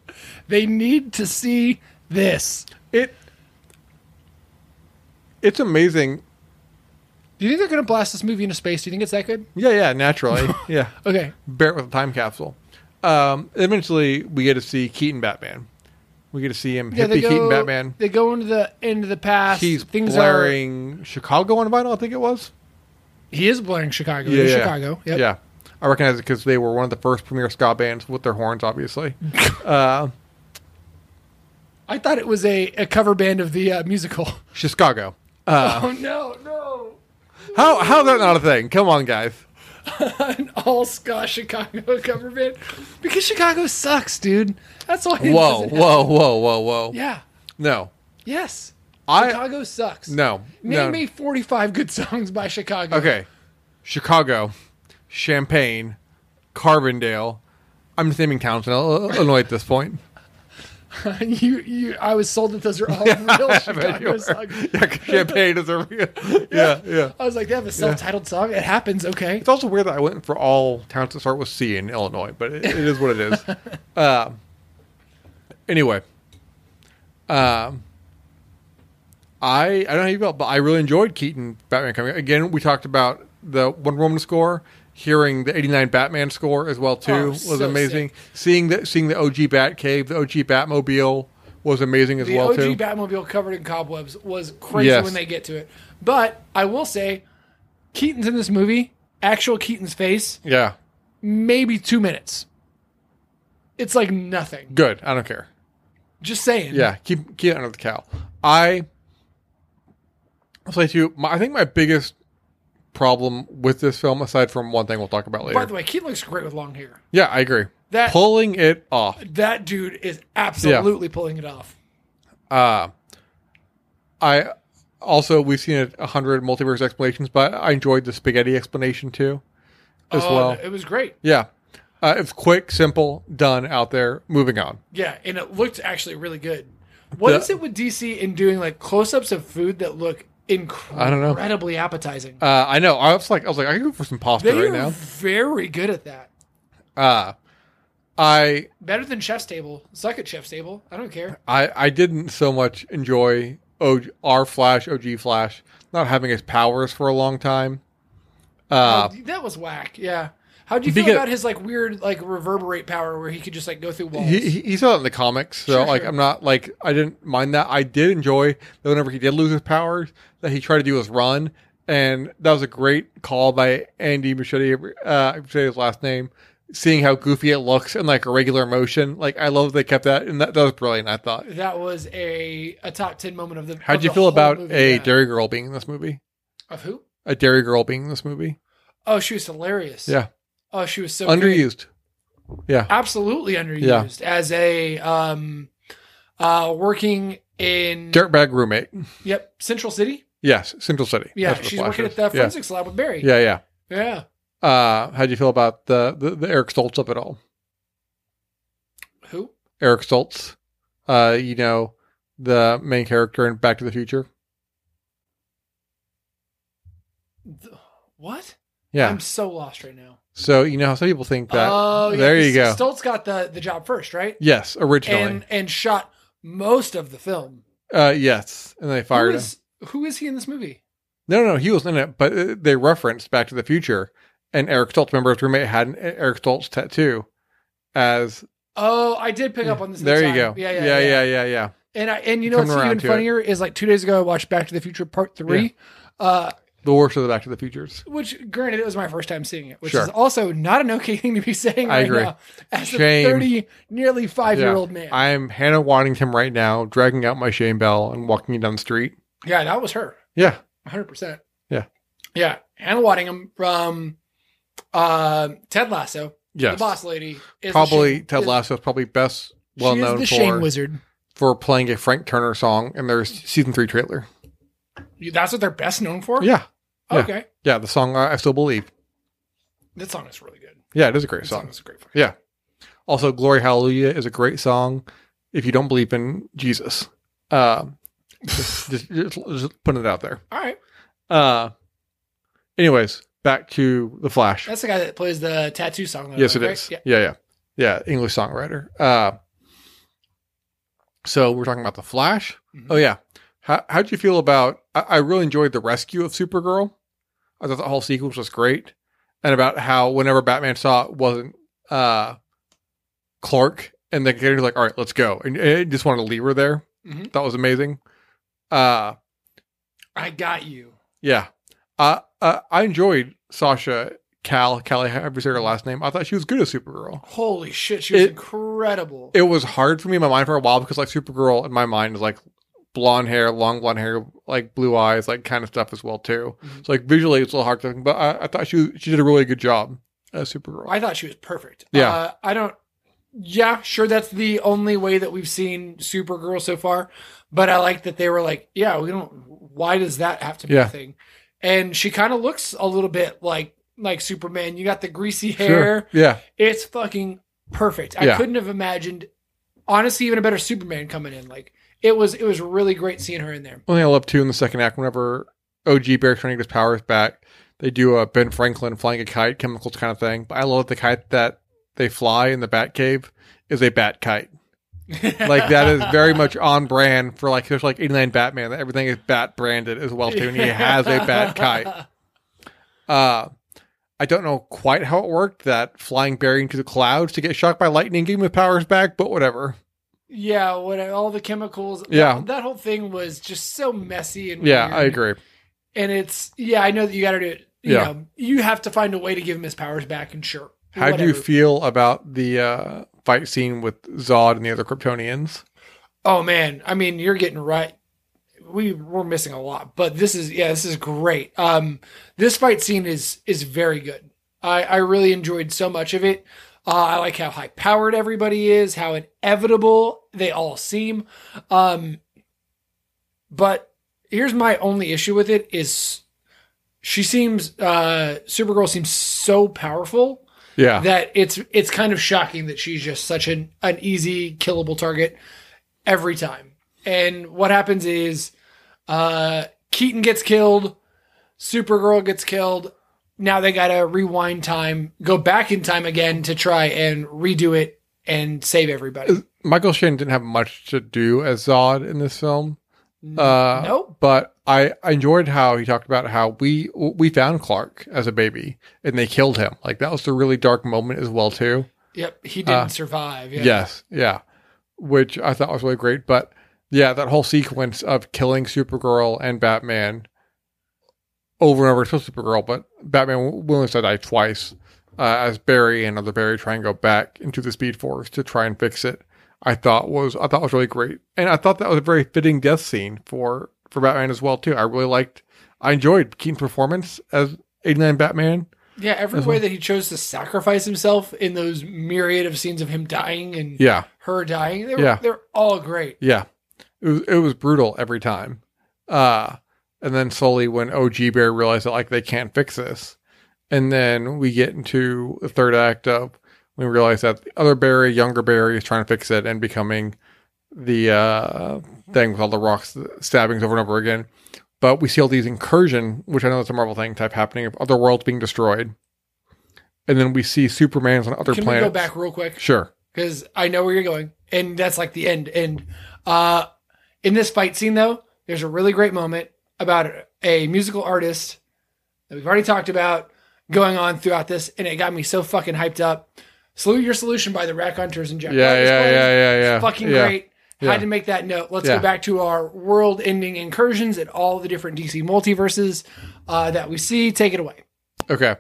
Speaker 2: they need to see this.
Speaker 1: It. It's amazing.
Speaker 2: Do you think they're going to blast this movie into space? Do you think it's that good?
Speaker 1: Yeah, yeah. Naturally, yeah.
Speaker 2: Okay.
Speaker 1: Bear it with a time capsule. Um, eventually, we get to see Keaton Batman. We get to see him,
Speaker 2: Yeah,
Speaker 1: hippie
Speaker 2: they go.
Speaker 1: Keaton Batman.
Speaker 2: They go into the into the past.
Speaker 1: He's
Speaker 2: things are.
Speaker 1: blaring Chicago on vinyl. I think it was.
Speaker 2: He is blaring Chicago.
Speaker 1: Yeah,
Speaker 2: in
Speaker 1: yeah.
Speaker 2: Chicago. Yep.
Speaker 1: Yeah, I recognize it because they were one of the first premier ska bands with their horns, obviously. uh,
Speaker 2: I thought it was a, a cover band of the uh, musical.
Speaker 1: Chicago. Uh,
Speaker 2: Oh no, no!
Speaker 1: how how's that not a thing? Come on, guys.
Speaker 2: An all ska Chicago cover band because Chicago sucks, dude. That's why. It
Speaker 1: Whoa,
Speaker 2: doesn't-
Speaker 1: whoa, whoa, whoa, whoa.
Speaker 2: Yeah.
Speaker 1: No,
Speaker 2: Yes.
Speaker 1: I-
Speaker 2: Chicago sucks.
Speaker 1: no,
Speaker 2: Name
Speaker 1: no.
Speaker 2: me 45 good songs by Chicago.
Speaker 1: Okay, Chicago, Champagne, Carbondale. I'm just naming towns in Ill- Illinois at this point.
Speaker 2: you, you, I was sold that those are all real Chicago songs.
Speaker 1: Yeah, Champagne is a real. Yeah, yeah.
Speaker 2: I was like, they have a self-titled song. It happens, okay.
Speaker 1: It's also weird that I went for all towns that start with C in Illinois, but it, it is what it is. um, anyway, um, I I don't know how you felt, but I really enjoyed Keaton Batman coming. Again, we talked about the Wonder Woman score, hearing the '89 Batman score as well too
Speaker 2: Oh,
Speaker 1: was
Speaker 2: so
Speaker 1: amazing.
Speaker 2: sick.
Speaker 1: Seeing the seeing the OG Batcave, the OG Batmobile was amazing as
Speaker 2: The
Speaker 1: well
Speaker 2: OG
Speaker 1: too.
Speaker 2: Batmobile covered in cobwebs was crazy
Speaker 1: Yes.
Speaker 2: when they get to it. But I will say, Keaton's in this movie. Actual Keaton's face,
Speaker 1: yeah,
Speaker 2: maybe two minutes. It's like nothing.
Speaker 1: good. I don't care.
Speaker 2: Just saying.
Speaker 1: Yeah, keep keep it under the cow. I I'll say to you, my, I think my biggest problem with this film, aside from one thing we'll talk about later,
Speaker 2: By the way, Keaton looks great with long hair.
Speaker 1: yeah, I agree.
Speaker 2: That-
Speaker 1: Pulling it off,
Speaker 2: That dude is absolutely pulling it off.
Speaker 1: I also we've seen it a hundred multiverse explanations, but I enjoyed the spaghetti explanation too, as
Speaker 2: Oh,
Speaker 1: well.
Speaker 2: it was great.
Speaker 1: Yeah, uh, it's quick, simple, done out there. Moving on.
Speaker 2: Yeah, and it looked actually really good. What is
Speaker 1: The-
Speaker 2: it with DC in doing like close-ups of food that look
Speaker 1: don't know.
Speaker 2: incredibly appetizing?
Speaker 1: Uh, I know. I was like, I was like, I could go for some pasta
Speaker 2: they
Speaker 1: right
Speaker 2: are
Speaker 1: now.
Speaker 2: very good at that.
Speaker 1: Uh, I
Speaker 2: Better than Chef's Table. Suck at Chef's Table. I don't care.
Speaker 1: I, I didn't so much enjoy o, our Flash, OG Flash, not having his powers for a long time. Uh,
Speaker 2: Oh, that was whack. Yeah. How do you feel
Speaker 1: Because-
Speaker 2: about his like weird like reverberate power where he could just like go through walls?
Speaker 1: he, he he saw that in the comics, so
Speaker 2: Oh, Sure,
Speaker 1: like
Speaker 2: sure.
Speaker 1: I'm not like I didn't mind that. I did enjoy that whenever he did lose his powers, that he tried to do his run, and that was a great call by Andy Machete. Uh, I forget his last name. Seeing how goofy it looks in like a regular motion, like I love they kept that, and that, that was brilliant. I thought.
Speaker 2: that was a a top ten moment of the.
Speaker 1: How'd
Speaker 2: of
Speaker 1: you
Speaker 2: the
Speaker 1: feel
Speaker 2: whole
Speaker 1: about
Speaker 2: movie,
Speaker 1: a
Speaker 2: yeah.
Speaker 1: dairy girl being in this movie?
Speaker 2: of who?
Speaker 1: A dairy girl being in this movie?
Speaker 2: Oh, she was hilarious.
Speaker 1: Yeah.
Speaker 2: Oh, she was so good.
Speaker 1: underused. Yeah,
Speaker 2: absolutely underused as a um uh working in
Speaker 1: dirtbag roommate.
Speaker 2: yep central city
Speaker 1: Yes, Central City.
Speaker 2: yeah
Speaker 1: That's what
Speaker 2: she's
Speaker 1: Flash
Speaker 2: working
Speaker 1: is.
Speaker 2: at the forensics lab with barry
Speaker 1: Yeah, yeah.
Speaker 2: yeah
Speaker 1: yeah. Uh, how do you feel about the, the the Eric Stoltz of it all?
Speaker 2: who
Speaker 1: Eric Stoltz, uh, you know, the main character in Back to the Future.
Speaker 2: Th- what
Speaker 1: Yeah.
Speaker 2: i'm so lost right now
Speaker 1: so you know how some people think that.
Speaker 2: oh yeah,
Speaker 1: there you go.
Speaker 2: stoltz got the the job first right
Speaker 1: yes, originally.
Speaker 2: and and shot most of the film
Speaker 1: uh, yes, and they fired
Speaker 2: who
Speaker 1: him.
Speaker 2: is, who is he in this movie
Speaker 1: No, no, he was in it, but uh, they referenced Back to the Future, and Eric Stoltz, remember his roommate had an E-, Eric Stoltz tattoo, as
Speaker 2: oh i did pick up on this the
Speaker 1: there you
Speaker 2: time.
Speaker 1: go.
Speaker 2: yeah yeah
Speaker 1: yeah,
Speaker 2: yeah,
Speaker 1: yeah, yeah, yeah.
Speaker 2: and i and you know
Speaker 1: Coming
Speaker 2: what's even
Speaker 1: around to it.
Speaker 2: funnier is like two days ago i watched back to the future part three uh
Speaker 1: The worst of the Back to the Futures.
Speaker 2: which granted it was my first time seeing it which
Speaker 1: Sure.
Speaker 2: is also not an okay thing to be saying
Speaker 1: I
Speaker 2: right
Speaker 1: agree.
Speaker 2: now as
Speaker 1: Shame.
Speaker 2: a 30 nearly 5 year old
Speaker 1: Yeah.
Speaker 2: man
Speaker 1: I am Hannah Waddingham right now, dragging out my shame bell and walking down the street.
Speaker 2: yeah that was her
Speaker 1: Yeah.
Speaker 2: 100%
Speaker 1: Yeah.
Speaker 2: yeah Hannah Waddingham from uh, Ted Lasso
Speaker 1: Yes.
Speaker 2: the boss lady is
Speaker 1: probably
Speaker 2: the shame-
Speaker 1: Ted
Speaker 2: is-
Speaker 1: Lasso is probably best well
Speaker 2: she is
Speaker 1: known
Speaker 2: the
Speaker 1: for
Speaker 2: shame wizard
Speaker 1: for playing a Frank Turner song in their season three trailer.
Speaker 2: That's what they're best known for.
Speaker 1: Yeah, yeah.
Speaker 2: Okay.
Speaker 1: yeah, the song uh, I still believe.
Speaker 2: That song is really good.
Speaker 1: Yeah, it is a great
Speaker 2: That song
Speaker 1: song.
Speaker 2: is a great. fucking-
Speaker 1: Yeah. Also, "Glory Hallelujah" is a great song. If you don't believe in Jesus, uh, just, just, just, just putting it out there.
Speaker 2: All right.
Speaker 1: Uh, anyways, back to the Flash.
Speaker 2: That's the guy that plays the tattoo song. though,
Speaker 1: Yes, it
Speaker 2: right?
Speaker 1: is.
Speaker 2: Yeah.
Speaker 1: Yeah, yeah, yeah. English songwriter. Uh, so we're talking about the Flash.
Speaker 2: Mhm.
Speaker 1: Oh yeah. How how'd you feel about? I, I really enjoyed the rescue of Supergirl. I thought the whole sequence was great, and about how whenever Batman saw it wasn't uh, Clark, and then Gator's like, "All right, let's go," and, and he just wanted to leave her there.
Speaker 2: Mhm.
Speaker 1: That was amazing. Uh,
Speaker 2: I got you.
Speaker 1: yeah. Uh, uh, I enjoyed Sasha Cal Callie. However, you say her last name. I thought she was good as Supergirl.
Speaker 2: Holy shit, she was
Speaker 1: It-
Speaker 2: incredible.
Speaker 1: it was hard for me in my mind for a while because like Supergirl in my mind is like blonde hair, long blonde hair, like blue eyes, like kind of stuff as well too.
Speaker 2: Mhm.
Speaker 1: So like visually it's a little hard to, but I, I thought she she did a really good job as Supergirl.
Speaker 2: I thought she was perfect.
Speaker 1: Yeah.
Speaker 2: Uh, I don't. Yeah, sure. That's the only way that we've seen Supergirl so far. But I like that they were like, yeah, we don't. Why does that have to be
Speaker 1: Yeah.
Speaker 2: a thing? And she kind of looks a little bit like like Superman. You got the greasy
Speaker 1: Sure.
Speaker 2: hair.
Speaker 1: Yeah,
Speaker 2: It's fucking perfect. I
Speaker 1: Yeah.
Speaker 2: couldn't have imagined, honestly, even a better Superman coming in. Like it was, it was really great seeing her in there.
Speaker 1: one thing I love too in the second act, whenever OG Bear's trying to get his powers back, they do a Ben Franklin flying a kite, chemicals kind of thing. But I love that the kite that they fly in the Batcave is a bat kite. Like that is very much on brand for like there's like 89 Batman. That everything is bat branded as well too, and he has a bat kite. Uh, I don't know quite how it worked that flying Barry into the clouds to get shocked by lightning gave him his powers back, but whatever.
Speaker 2: Yeah, what all the chemicals. that-
Speaker 1: Yeah.
Speaker 2: that, whole thing was just so messy and
Speaker 1: Yeah,
Speaker 2: weird.
Speaker 1: I agree.
Speaker 2: And it's yeah, I know that you got to do it. You
Speaker 1: Yeah.
Speaker 2: know, you have to find a way to give him his powers back, and sure.
Speaker 1: How do you
Speaker 2: whatever.
Speaker 1: feel about the uh, fight scene with Zod and the other Kryptonians?
Speaker 2: Oh man, I mean, you're getting right. We we're missing a lot, but this is yeah, this is great. Um, this fight scene is is very good. I I really enjoyed so much of it. Uh, I like how high powered everybody is, how inevitable they all seem. Um, but here's my only issue with it is she seems uh Supergirl seems so powerful
Speaker 1: Yeah,
Speaker 2: that it's it's kind of shocking that she's just such an an easy killable target every time. And what happens is uh Keaton gets killed, Supergirl gets killed. Now they got to rewind time, go back in time again to try and redo it and save everybody.
Speaker 1: Michael Shannon didn't have much to do as Zod in this film. Uh,
Speaker 2: no.
Speaker 1: but I, I enjoyed how he talked about how we we found Clark as a baby and they killed him. Like that was the really dark moment as well too.
Speaker 2: Yep, he didn't
Speaker 1: uh,
Speaker 2: survive. Yeah.
Speaker 1: Yes, yeah, which I thought was really great. But yeah, that whole sequence of killing Supergirl and Batman over and over, it's still Supergirl, but Batman willing to die twice uh, as Barry and other Barry try and go back into the Speed Force to try and fix it. I thought was I thought was really great, and I thought that was a very fitting death scene for for Batman as well too. I really liked, I enjoyed Keaton's performance as eighty nine Batman.
Speaker 2: Yeah, every way that he chose to sacrifice himself in those myriad of scenes of him dying and
Speaker 1: Yeah,
Speaker 2: her dying, they were,
Speaker 1: Yeah.
Speaker 2: they're all great.
Speaker 1: Yeah. It was it was brutal every time. Uh and then slowly when OG Bear realized that like they can't fix this. And then we get into the third act of we realize that the other Barry, younger Barry, is trying to fix it and becoming the uh thing with all the rocks stabbings over and over again. But we see all these incursion, which I know it's a Marvel thing type happening of other worlds being destroyed. And then we see Superman's on other
Speaker 2: Can
Speaker 1: planets.
Speaker 2: we go back real quick?
Speaker 1: Sure.
Speaker 2: because I know where you're going, and that's like the end. And uh, in this fight scene, though, there's a really great moment about a musical artist that we've already talked about going on throughout this, and it got me so fucking hyped up. Salute your solution by the Rack Hunters and Jack.
Speaker 1: Yeah,
Speaker 2: Black is
Speaker 1: yeah,
Speaker 2: playing.
Speaker 1: yeah, yeah, yeah.
Speaker 2: Fucking
Speaker 1: yeah.
Speaker 2: great.
Speaker 1: Yeah.
Speaker 2: Had to make that note. Let's
Speaker 1: Yeah.
Speaker 2: go back to our world-ending incursions at all the different DC multiverses uh, that we see. Take it away.
Speaker 1: Okay.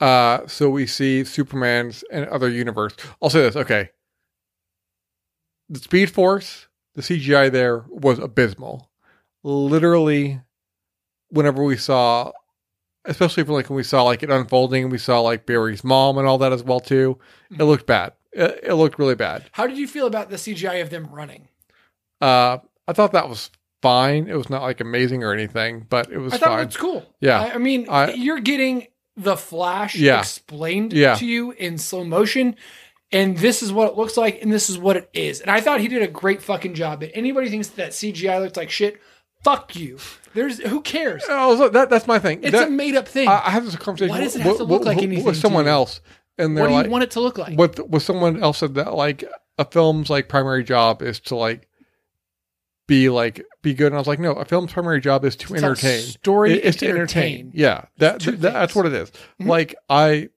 Speaker 1: Uh, so we see Superman's and other universe. I'll say this. Okay. The Speed Force, the CGI there was abysmal. Literally, whenever we saw, especially from like when we saw like it unfolding, and we saw like Barry's mom and all that as well
Speaker 2: Mm-hmm.
Speaker 1: too. It looked bad. It, it looked really bad.
Speaker 2: How did you feel about the CGI of them running?
Speaker 1: Uh, I thought that was fine. It was not like amazing or anything, but it was
Speaker 2: I thought
Speaker 1: fine.
Speaker 2: that's cool.
Speaker 1: Yeah.
Speaker 2: I, I mean,
Speaker 1: I-
Speaker 2: you're getting the Flash
Speaker 1: Yeah.
Speaker 2: explained
Speaker 1: Yeah.
Speaker 2: to you in slow motion, and this is what it looks like, and this is what it is. And I thought he did a great fucking job. But anybody thinks that CGI looks like shit, fuck you. There's who cares?
Speaker 1: Oh, so that, that's my thing.
Speaker 2: It's
Speaker 1: That-
Speaker 2: a made up thing.
Speaker 1: I I had this conversation
Speaker 2: Why does it
Speaker 1: with,
Speaker 2: have to look
Speaker 1: with-
Speaker 2: like
Speaker 1: with-
Speaker 2: anything
Speaker 1: with
Speaker 2: to
Speaker 1: someone
Speaker 2: you?
Speaker 1: else, and
Speaker 2: what
Speaker 1: they're
Speaker 2: do
Speaker 1: like,
Speaker 2: you want it to look like?
Speaker 1: with with someone else said that like a film's like primary job is to like be like be good, and I was like, no, a film's primary job is to
Speaker 2: It's a
Speaker 1: entertain.
Speaker 2: Story
Speaker 1: It-
Speaker 2: is
Speaker 1: it's
Speaker 2: to entertain.
Speaker 1: Yeah, that,
Speaker 2: two
Speaker 1: th- that's
Speaker 2: things.
Speaker 1: what it is.
Speaker 2: Mhm.
Speaker 1: Like I,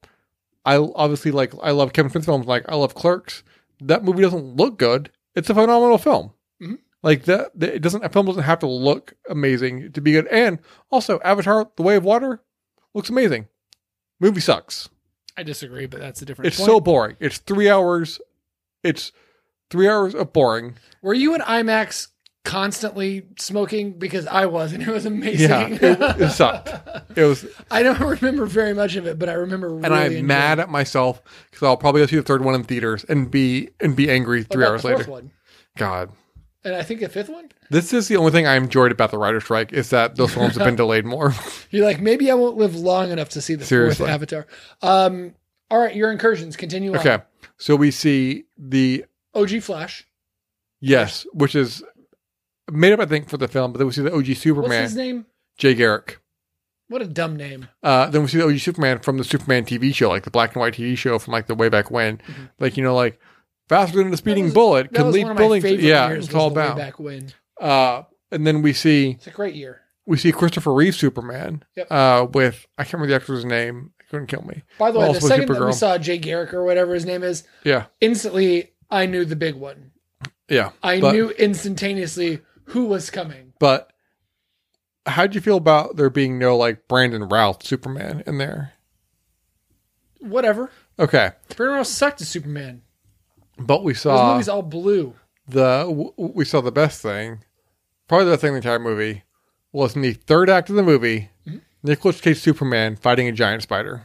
Speaker 1: I obviously like I love Kevin Smith films. Like I love Clerks. That movie doesn't look good. It's a phenomenal film.
Speaker 2: Mhm.
Speaker 1: Like that, that- it doesn't. A film doesn't have to look amazing to be good. And also, Avatar: The Way of Water looks amazing. Movie sucks.
Speaker 2: I disagree, but that's a different.
Speaker 1: It's
Speaker 2: point.
Speaker 1: so boring. It's three hours. It's three hours of boring.
Speaker 2: Were you in IMAX constantly smoking? Because I was, and it was amazing.
Speaker 1: Yeah, it- it sucked. It was,
Speaker 2: I don't remember very much of it, but I remember. Really
Speaker 1: and I'm
Speaker 2: enjoying
Speaker 1: mad
Speaker 2: it.
Speaker 1: at myself because I'll probably go see the third one in theaters and be and be angry
Speaker 2: What
Speaker 1: three
Speaker 2: about
Speaker 1: hours
Speaker 2: the fourth
Speaker 1: later.
Speaker 2: one?
Speaker 1: God,
Speaker 2: And I think the fifth one.
Speaker 1: this is the only thing I enjoyed about the writer strike is that those films have been delayed more.
Speaker 2: You're like, maybe I won't live long enough to see the
Speaker 1: Seriously.
Speaker 2: fourth Avatar. Um, all right, your incursions continue.
Speaker 1: okay,
Speaker 2: on.
Speaker 1: so we see the
Speaker 2: OG Flash.
Speaker 1: yes, which is made up I think for the film, but then we see the OG
Speaker 2: What's
Speaker 1: Superman,
Speaker 2: his name?
Speaker 1: Jay Garrick.
Speaker 2: What a dumb name.
Speaker 1: Uh, then we see the OG Superman from the Superman TV show, like the black and white TV show from like the way back when.
Speaker 2: Mhm.
Speaker 1: Like, you know, like faster than a speeding
Speaker 2: was-
Speaker 1: bullet
Speaker 2: That
Speaker 1: can
Speaker 2: was
Speaker 1: leap
Speaker 2: one of my
Speaker 1: buildings.
Speaker 2: favorite
Speaker 1: Yeah,
Speaker 2: years.
Speaker 1: it's all
Speaker 2: was the way
Speaker 1: about.
Speaker 2: back when.
Speaker 1: Uh, and then we see
Speaker 2: It's a great year.
Speaker 1: we see Christopher Reeve Superman
Speaker 2: Yep.
Speaker 1: uh, with I can't remember the actor's name. It couldn't kill me.
Speaker 2: By the way,
Speaker 1: Also
Speaker 2: the second that we
Speaker 1: Supergirl.
Speaker 2: saw Jay Garrick or whatever his name is,
Speaker 1: Yeah,
Speaker 2: instantly I knew the big one.
Speaker 1: yeah.
Speaker 2: I
Speaker 1: But-
Speaker 2: knew instantaneously who was coming.
Speaker 1: But how'd you feel about there being no like Brandon Routh Superman in there?
Speaker 2: Whatever.
Speaker 1: Okay,
Speaker 2: Brandon Ross sucked as Superman.
Speaker 1: but we
Speaker 2: His
Speaker 1: saw
Speaker 2: movie's all blue.
Speaker 1: the w- w- we saw the best thing, probably the thing in the entire movie was in the third act of the movie.
Speaker 2: Mm-hmm.
Speaker 1: Nicholas Cage Superman fighting a giant spider.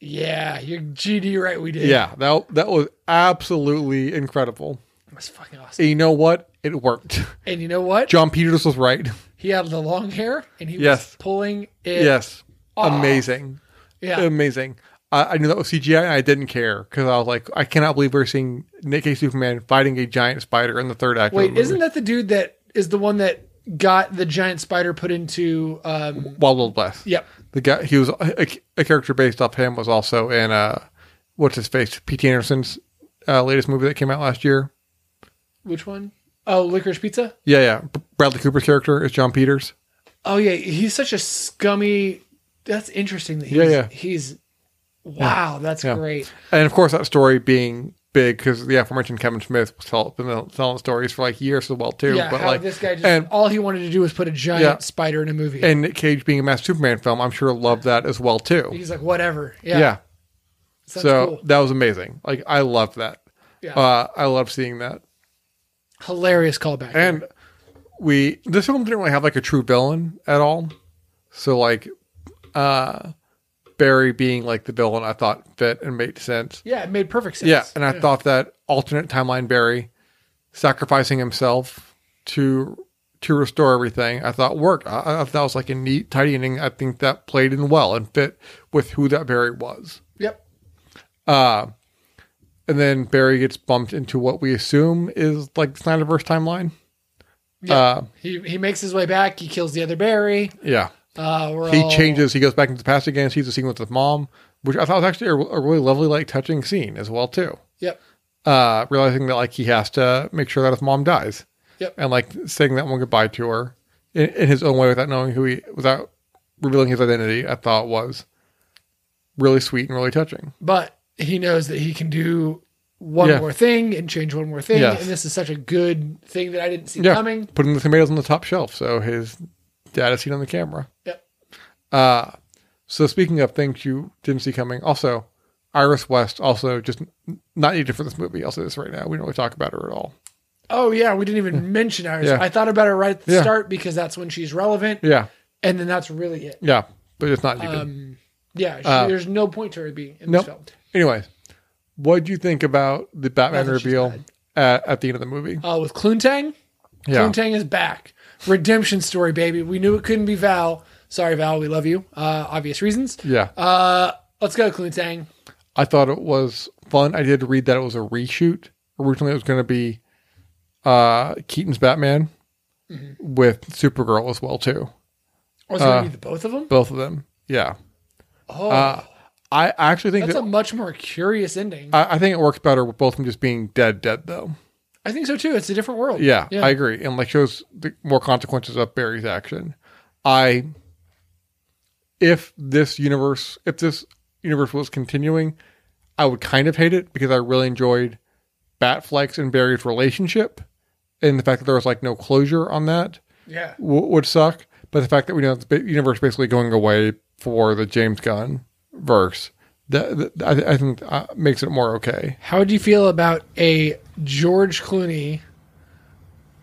Speaker 2: Yeah, you're GD right. We did.
Speaker 1: Yeah, that that was absolutely incredible.
Speaker 2: it was fucking awesome.
Speaker 1: And you know what? It worked.
Speaker 2: And you know what?
Speaker 1: John Peters was right.
Speaker 2: He had the long hair and he was
Speaker 1: Yes.
Speaker 2: pulling it.
Speaker 1: Yes. Amazing.
Speaker 2: Yeah.
Speaker 1: Amazing. I, I knew that was CGI and I didn't care because I was like, I cannot believe we're seeing Nick Cage Superman fighting a giant spider in the third act. of the
Speaker 2: Wait,
Speaker 1: movie.
Speaker 2: isn't that the dude that is the one that got the giant spider put into um
Speaker 1: Wild Wild West?
Speaker 2: Yep.
Speaker 1: The guy, he was a, a character based off him, was also in, uh, what's his face? P.T. Anderson's uh, latest movie that came out last year.
Speaker 2: Which one? Oh, licorice pizza?
Speaker 1: Yeah, yeah. B- Bradley Cooper's character is John Peters.
Speaker 2: Oh yeah, he's such a scummy that's interesting that he's
Speaker 1: Yeah, yeah.
Speaker 2: he's wow, that's
Speaker 1: Yeah.
Speaker 2: great.
Speaker 1: And of course, that story being big because the aforementioned Kevin Smith was tell, been telling stories for like years as well too.
Speaker 2: Yeah,
Speaker 1: but
Speaker 2: how
Speaker 1: like
Speaker 2: this guy just
Speaker 1: and
Speaker 2: all he wanted to do was put a giant
Speaker 1: Yeah.
Speaker 2: spider in a movie.
Speaker 1: and Nick Cage being a mass Superman film, I'm sure loved that as well too.
Speaker 2: he's like, whatever. Yeah.
Speaker 1: yeah.
Speaker 2: sounds
Speaker 1: So
Speaker 2: cool.
Speaker 1: that was amazing. Like I loved that.
Speaker 2: Yeah.
Speaker 1: Uh, I love seeing that.
Speaker 2: hilarious callback.
Speaker 1: And we this film didn't really have like a true villain at all. So like uh Barry being like the villain I thought fit and made sense.
Speaker 2: yeah, it made perfect sense.
Speaker 1: Yeah, and I thought that alternate timeline Barry sacrificing himself to to restore everything, I thought worked. I, I thought that was like a neat, tidy ending. I think that played in well and fit with who that Barry was.
Speaker 2: Yep.
Speaker 1: Uh, and then Barry gets bumped into what we assume is like the Snyderverse timeline.
Speaker 2: Yeah.
Speaker 1: Uh,
Speaker 2: He he makes his way back, he kills the other Barry.
Speaker 1: yeah.
Speaker 2: Uh, we're
Speaker 1: He
Speaker 2: all-
Speaker 1: changes. He goes back into the past again. Sees the sequence with mom, which I thought was actually a, a really lovely, like touching scene as well too.
Speaker 2: Yep.
Speaker 1: uh, realizing that like he has to make sure that his mom dies.
Speaker 2: Yep.
Speaker 1: And like saying that one goodbye to her in, in his own way without knowing who he without revealing his identity, I thought was really sweet and really touching.
Speaker 2: But he knows that he can do one
Speaker 1: Yeah.
Speaker 2: more thing and change one more thing.
Speaker 1: Yes.
Speaker 2: And this is such a good thing that I didn't see
Speaker 1: Yeah.
Speaker 2: coming.
Speaker 1: Putting the tomatoes on the top shelf so his dad is seen on the camera.
Speaker 2: Yep.
Speaker 1: Uh so speaking of things you didn't see coming, also Iris West also just n- not needed for this movie. I'll say this right now. We don't really talk about her at all.
Speaker 2: Oh yeah, we didn't even mention ours.
Speaker 1: Yeah.
Speaker 2: I thought about her right at the
Speaker 1: Yeah.
Speaker 2: start because that's when she's relevant,
Speaker 1: Yeah.
Speaker 2: and then that's really it.
Speaker 1: Yeah. But it's not needed.
Speaker 2: Um, yeah, she,
Speaker 1: Uh,
Speaker 2: there's no point to her being in
Speaker 1: Nope.
Speaker 2: this film.
Speaker 1: Anyways, what do you think about the Batman
Speaker 2: Nothing she's
Speaker 1: reveal
Speaker 2: bad.
Speaker 1: at, at the end of the movie?
Speaker 2: Uh, with Kluntang,
Speaker 1: Yeah.
Speaker 2: Tang is back. Redemption story, baby. We knew it couldn't be Val. Sorry, Val. We love you. Uh, obvious reasons.
Speaker 1: Yeah.
Speaker 2: Uh, let's go, Tang.
Speaker 1: I thought it was fun. I did read that it was a reshoot. Originally, it was going to be uh, Keaton's Batman
Speaker 2: Mm-hmm.
Speaker 1: with Supergirl as well too.
Speaker 2: Oh, it's
Speaker 1: Uh,
Speaker 2: going to be the both of them?
Speaker 1: Both of them. Yeah. Uh,
Speaker 2: Oh,
Speaker 1: I actually think
Speaker 2: that's
Speaker 1: that,
Speaker 2: a much more curious ending.
Speaker 1: I I think it works better with both of them just being dead, dead though.
Speaker 2: I think so too. It's a different world.
Speaker 1: Yeah,
Speaker 2: Yeah.
Speaker 1: I agree, and like shows the more consequences of Barry's action. I, if this universe, if this universe was continuing, I would kind of hate it because I really enjoyed Batflex and Barry's relationship, and the fact that there was like no closure on that
Speaker 2: yeah.
Speaker 1: w- would suck. But the fact that we know the ba- universe basically going away for the James Gunn verse, that, that I, I think uh, makes it more okay.
Speaker 2: How would you feel about a George Clooney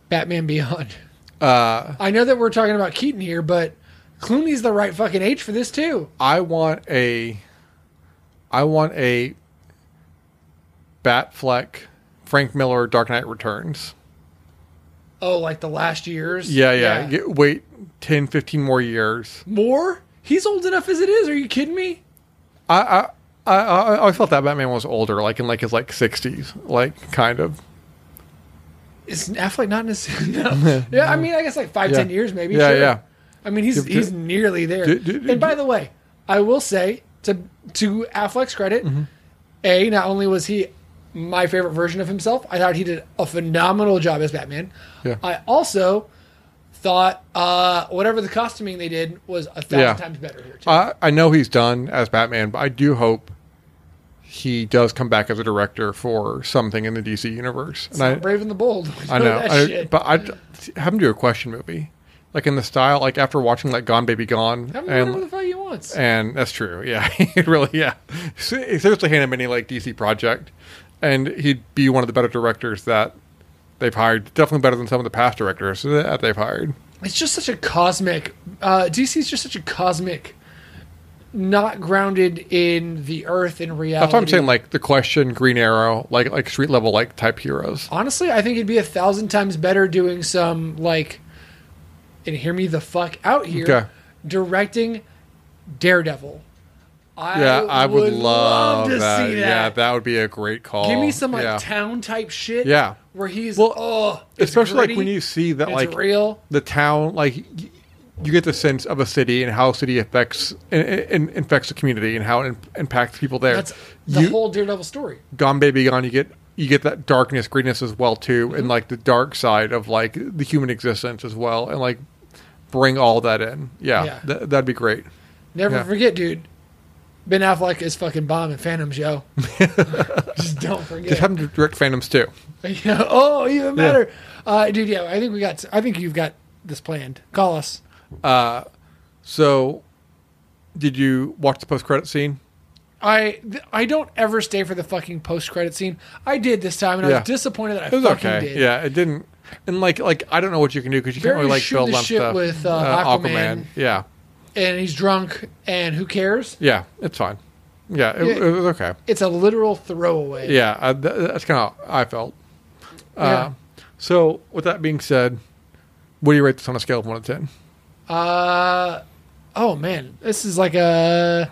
Speaker 2: Batman Beyond?
Speaker 1: Uh,
Speaker 2: I know that we're talking about Keaton here, but Clooney's the right fucking age for this too.
Speaker 1: I want a I want a Batfleck Frank Miller Dark Knight Returns.
Speaker 2: Oh, like the last years.
Speaker 1: Yeah, yeah. Get- wait 10, 15 more years.
Speaker 2: More? He's old enough as it is. Are you kidding me?
Speaker 1: I I I, I I always felt that Batman was older, like in like his like sixties, like kind of.
Speaker 2: Is Affleck not in his? no. Yeah, I mean, I guess like five, ten
Speaker 1: Yeah.
Speaker 2: years, maybe.
Speaker 1: yeah,
Speaker 2: sure.
Speaker 1: yeah.
Speaker 2: I mean, he's
Speaker 1: Give-
Speaker 2: he's
Speaker 1: give-
Speaker 2: nearly there.
Speaker 1: Do- do- do-
Speaker 2: and by the way, I will say to to Affleck's credit,
Speaker 1: Mm-hmm.
Speaker 2: a not only was he my favorite version of himself, I thought he did a phenomenal job as Batman.
Speaker 1: Yeah.
Speaker 2: I also thought uh, whatever the costuming they did was a thousand
Speaker 1: Yeah. Oh,
Speaker 2: times better here too.
Speaker 1: I I know he's done as Batman, but I do hope he does come back as a director for something in the DC universe. And I,
Speaker 2: Brave and the Bold.
Speaker 1: I know,
Speaker 2: That
Speaker 1: I-
Speaker 2: shit.
Speaker 1: but I have him do a question movie, like in the style, like after watching like Gone Baby Gone,
Speaker 2: Have him do whatever the
Speaker 1: and
Speaker 2: fuck he wants.
Speaker 1: and that's true, yeah, He'd really, yeah. Se- Seriously, hand him any like DC project, and he'd be one of the better directors that they've hired. Definitely better than some of the past directors that they've hired.
Speaker 2: it's just such a cosmic uh DC's just such a cosmic not grounded in the earth and reality.
Speaker 1: That's what I'm saying. Like the question, Green Arrow, like like street level like type heroes.
Speaker 2: Honestly, I think it'd be a thousand times better doing some like and hear me the fuck out here
Speaker 1: Okay.
Speaker 2: directing Daredevil. I
Speaker 1: Yeah, I, would, love,
Speaker 2: to
Speaker 1: that.
Speaker 2: see
Speaker 1: Yeah,
Speaker 2: that.
Speaker 1: that would be a great call.
Speaker 2: Give me some like
Speaker 1: yeah.
Speaker 2: town type shit.
Speaker 1: Yeah.
Speaker 2: Where he's
Speaker 1: Well,
Speaker 2: oh it's
Speaker 1: especially like
Speaker 2: gritty,
Speaker 1: when you see that
Speaker 2: it's
Speaker 1: like
Speaker 2: real.
Speaker 1: the town like y- you get the sense of a city and how city affects and, and infects the community and how it impacts people there
Speaker 2: That's the
Speaker 1: you,
Speaker 2: whole Daredevil story.
Speaker 1: gone baby gone you get you get that darkness greenness as well too
Speaker 2: Mm-hmm.
Speaker 1: and like the dark side of like the human existence as well and like bring all that in yeah,
Speaker 2: Yeah.
Speaker 1: Th- that'd be great
Speaker 2: Never
Speaker 1: Yeah.
Speaker 2: forget, dude. Ben Affleck is fucking bomb in Phantoms, yo. Just don't
Speaker 1: just
Speaker 2: forget.
Speaker 1: have them direct phantoms too
Speaker 2: Yeah. Oh, even better, uh, dude. Yeah, I think we got. I think you've got this planned. Call us.
Speaker 1: so did you watch the post-credit scene
Speaker 2: I th- I don't ever stay for the fucking post credit scene. I did this time, and I
Speaker 1: Yeah.
Speaker 2: was disappointed that I
Speaker 1: it was
Speaker 2: fucking
Speaker 1: okay
Speaker 2: did.
Speaker 1: yeah it didn't and like like i don't know what you can do because you can't
Speaker 2: Barry
Speaker 1: really like
Speaker 2: shooting
Speaker 1: build
Speaker 2: the
Speaker 1: on
Speaker 2: shit
Speaker 1: stuff
Speaker 2: with, uh, Aquaman.
Speaker 1: yeah
Speaker 2: And he's drunk, and who cares?
Speaker 1: Yeah, it's fine. Yeah, it,
Speaker 2: Yeah.
Speaker 1: it was okay.
Speaker 2: It's a literal throwaway.
Speaker 1: Yeah, I, th- that's kind of how I felt. Uh, so, with that being said, what do you rate this on a scale of one to ten?
Speaker 2: Yeah. Uh, oh man, this is like a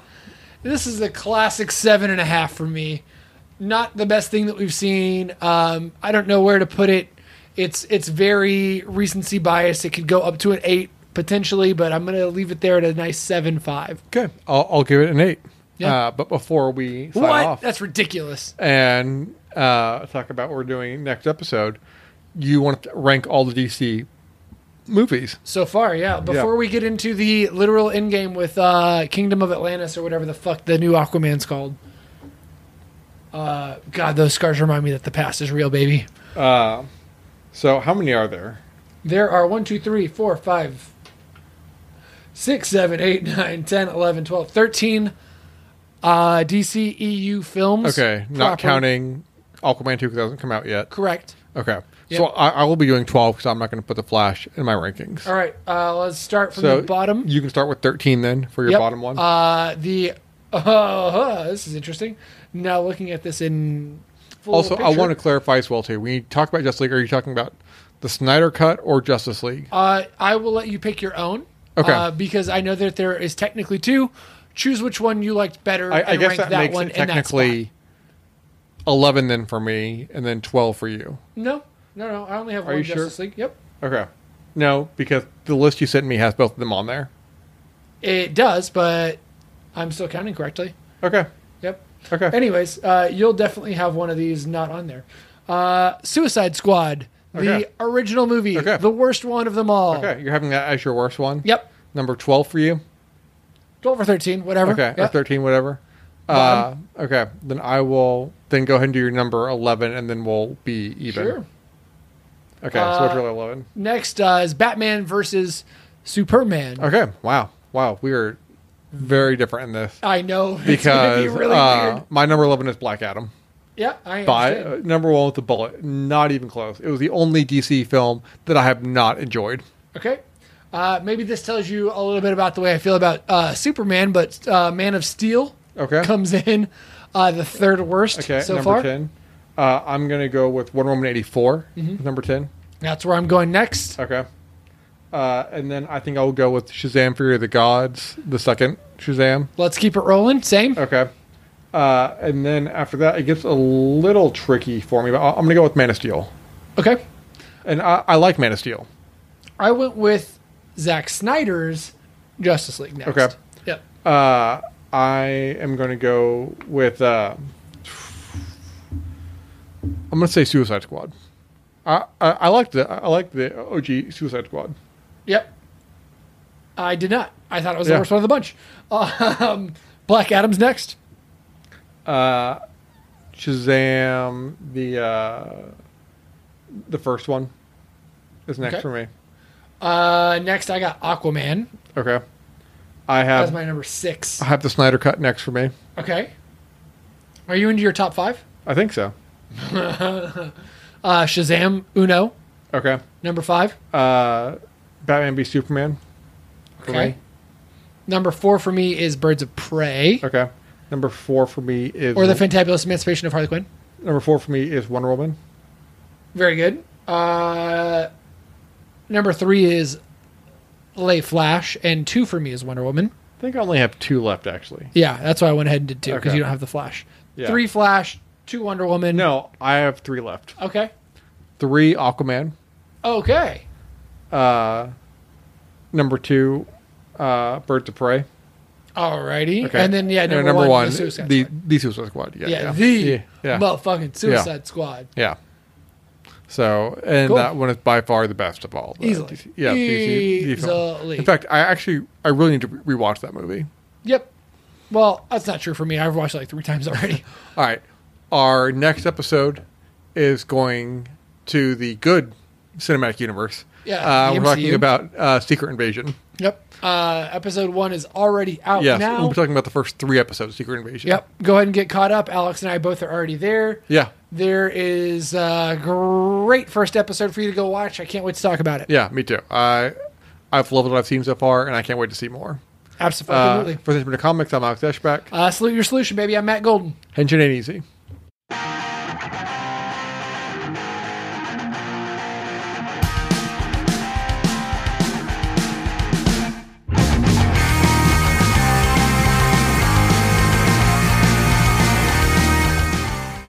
Speaker 2: this is a classic seven and a half for me. Not the best thing that we've seen. Um, I don't know where to put it. It's it's very recency bias. It could go up to an eight potentially, but I'm gonna leave it there at a nice seven five.
Speaker 1: Okay, I'll, I'll give it an eight.
Speaker 2: Yeah.
Speaker 1: Uh, but before we sign
Speaker 2: What?
Speaker 1: off
Speaker 2: That's ridiculous.
Speaker 1: and uh, talk about what we're doing next episode, you want to rank all the DC movies?
Speaker 2: So far, yeah. Before we get into the literal endgame with uh, Kingdom of Atlantis or whatever the fuck the new Aquaman's called. Uh, God, those scars remind me that the past is real, baby.
Speaker 1: So, how many are there?
Speaker 2: There are 1, 2, 3, 4, 5, 6, 7, 8, 9, 10, 11, 12, 13 uh, DC EU films.
Speaker 1: Okay, not
Speaker 2: proper.
Speaker 1: counting Aquaman two because hasn't come out yet.
Speaker 2: Correct.
Speaker 1: Okay,
Speaker 2: Yep.
Speaker 1: so I, I will be doing twelve because I'm not going to put the Flash in my rankings.
Speaker 2: All right, uh, let's start from the bottom.
Speaker 1: You can start with 13 then for your
Speaker 2: Yep.
Speaker 1: bottom one.
Speaker 2: Uh, the uh, this is interesting. Now looking at this in full
Speaker 1: also, I
Speaker 2: picture-
Speaker 1: want to clarify as well too. When you talk about Justice League, are you talking about the Snyder Cut or Justice League?
Speaker 2: Uh, I will let you pick your own.
Speaker 1: Okay.
Speaker 2: Uh, because I know that there is technically two. Choose which one you liked better.
Speaker 1: I,
Speaker 2: and
Speaker 1: I guess
Speaker 2: rank
Speaker 1: that, makes
Speaker 2: one
Speaker 1: it
Speaker 2: in that spot.
Speaker 1: technically eleven then for me, and then twelve for you.
Speaker 2: No, no, no. I only have
Speaker 1: Are
Speaker 2: one
Speaker 1: you sure?
Speaker 2: Justice League. Yep.
Speaker 1: Okay. No, because the list you sent me has both of them on there.
Speaker 2: It does, but I'm still counting correctly.
Speaker 1: Okay.
Speaker 2: Yep.
Speaker 1: Okay.
Speaker 2: Anyways, uh, you'll definitely have one of these not on there. Uh, Suicide Squad, the
Speaker 1: Okay.
Speaker 2: original movie,
Speaker 1: Okay.
Speaker 2: the worst one of them all.
Speaker 1: okay. You're having that as your worst one.
Speaker 2: Yep.
Speaker 1: Number twelve for you.
Speaker 2: 12 or 13, whatever.
Speaker 1: Okay. Or
Speaker 2: Yep.
Speaker 1: thirteen, whatever. Uh, okay. Then I will then go ahead and do your number eleven, and then we'll be even.
Speaker 2: Sure.
Speaker 1: Okay. so it's
Speaker 2: Uh,
Speaker 1: really eleven.
Speaker 2: Next uh, is Batman versus Superman.
Speaker 1: Okay. Wow. Wow. We are very different in this
Speaker 2: I know. it's gonna
Speaker 1: because
Speaker 2: be really
Speaker 1: uh,
Speaker 2: weird.
Speaker 1: my number eleven is Black Adam.
Speaker 2: Yeah, I
Speaker 1: By
Speaker 2: understand.
Speaker 1: uh, number one with the bullet, not even close. It was the only DC film that I have not enjoyed.
Speaker 2: Okay. Uh, maybe this tells you a little bit about the way I feel about uh, Superman, but uh, Man of Steel
Speaker 1: Okay.
Speaker 2: comes in uh, the third worst
Speaker 1: Okay,
Speaker 2: so
Speaker 1: number
Speaker 2: far.
Speaker 1: ten. Uh, I'm gonna go with Wonder Woman '84,
Speaker 2: Mm-hmm.
Speaker 1: number ten.
Speaker 2: That's where I'm going next.
Speaker 1: Okay, uh, and then I think I will go with Shazam: Fury of the Gods, the second Shazam.
Speaker 2: Let's keep it rolling. Same.
Speaker 1: Okay, uh, and then after that, it gets a little tricky for me, but I- I'm gonna go with Man of Steel,
Speaker 2: Okay.
Speaker 1: and I, I like Man of Steel.
Speaker 2: I went with Zack Snyder's Justice League next.
Speaker 1: Okay.
Speaker 2: Yep.
Speaker 1: Uh, I am gonna go with. Uh, I'm gonna say Suicide Squad. I, I, I like the I like the OG Suicide Squad.
Speaker 2: Yep. I did not. I thought it was the
Speaker 1: Yeah.
Speaker 2: worst one of the bunch. Um, Black Adam's next.
Speaker 1: uh Shazam the uh the first one is next
Speaker 2: Okay.
Speaker 1: for me.
Speaker 2: Uh, next, I got Aquaman
Speaker 1: Okay. I
Speaker 2: as
Speaker 1: have
Speaker 2: my number six.
Speaker 1: I have the Snyder cut next for me.
Speaker 2: Okay. Are you into your top five?
Speaker 1: I think so.
Speaker 2: Uh, Shazam Uno,
Speaker 1: Okay.
Speaker 2: number five.
Speaker 1: Uh Batman v Superman. for
Speaker 2: Okay.
Speaker 1: me.
Speaker 2: Number four for me is Birds of Prey,
Speaker 1: Okay. Number 4 for me is
Speaker 2: or the Fantabulous Emancipation of Harley Quinn.
Speaker 1: Number 4 for me is Wonder Woman.
Speaker 2: Very good. Uh, number three is Lay Flash, and two for me is Wonder Woman.
Speaker 1: I think I only have 2 left actually.
Speaker 2: Yeah, that's why I went ahead and did two because
Speaker 1: Okay.
Speaker 2: you don't have the Flash.
Speaker 1: Yeah.
Speaker 2: Three Flash, two Wonder Woman.
Speaker 1: No, I have 3 left.
Speaker 2: Okay.
Speaker 1: 3 Aquaman.
Speaker 2: Okay.
Speaker 1: Uh number 2 uh Birds of Prey.
Speaker 2: Alrighty.
Speaker 1: Okay.
Speaker 2: And then yeah,
Speaker 1: No,
Speaker 2: number, one, the Suicide
Speaker 1: the,
Speaker 2: Squad.
Speaker 1: the Suicide Squad. Yeah,
Speaker 2: Yeah,
Speaker 1: yeah,
Speaker 2: the
Speaker 1: yeah, yeah.
Speaker 2: motherfucking Suicide Squad.
Speaker 1: yeah. So, and
Speaker 2: Cool.
Speaker 1: that one is by far the best of all. The
Speaker 2: Easily.
Speaker 1: DC yeah, DC, DC films.
Speaker 2: Easily.
Speaker 1: In fact, I actually I really need to re- rewatch that movie.
Speaker 2: Yep. Well, that's not true for me. I've watched it like three times already.
Speaker 1: All right, our next episode is going to the good cinematic universe.
Speaker 2: Yeah,
Speaker 1: uh,
Speaker 2: the
Speaker 1: we're talking
Speaker 2: MCU.
Speaker 1: about uh, Secret Invasion.
Speaker 2: yep. Uh, episode one is already out
Speaker 1: Yes,
Speaker 2: Oh, now.
Speaker 1: we'll be talking about the first three episodes. of Secret Invasion.
Speaker 2: Yep. Go ahead and get caught up. Alex and I both are already there.
Speaker 1: Yeah.
Speaker 2: There is a great first episode for you to go watch. I can't wait to talk about it.
Speaker 1: Yeah. Me too. I I've loved what I've seen so far, and I can't wait to see more.
Speaker 2: Absolutely.
Speaker 1: Uh, for this minute comics, I'm Alex Eschbach.
Speaker 2: Uh, salute your solution, baby. I'm Matt Golden.
Speaker 1: Henshin ain't easy.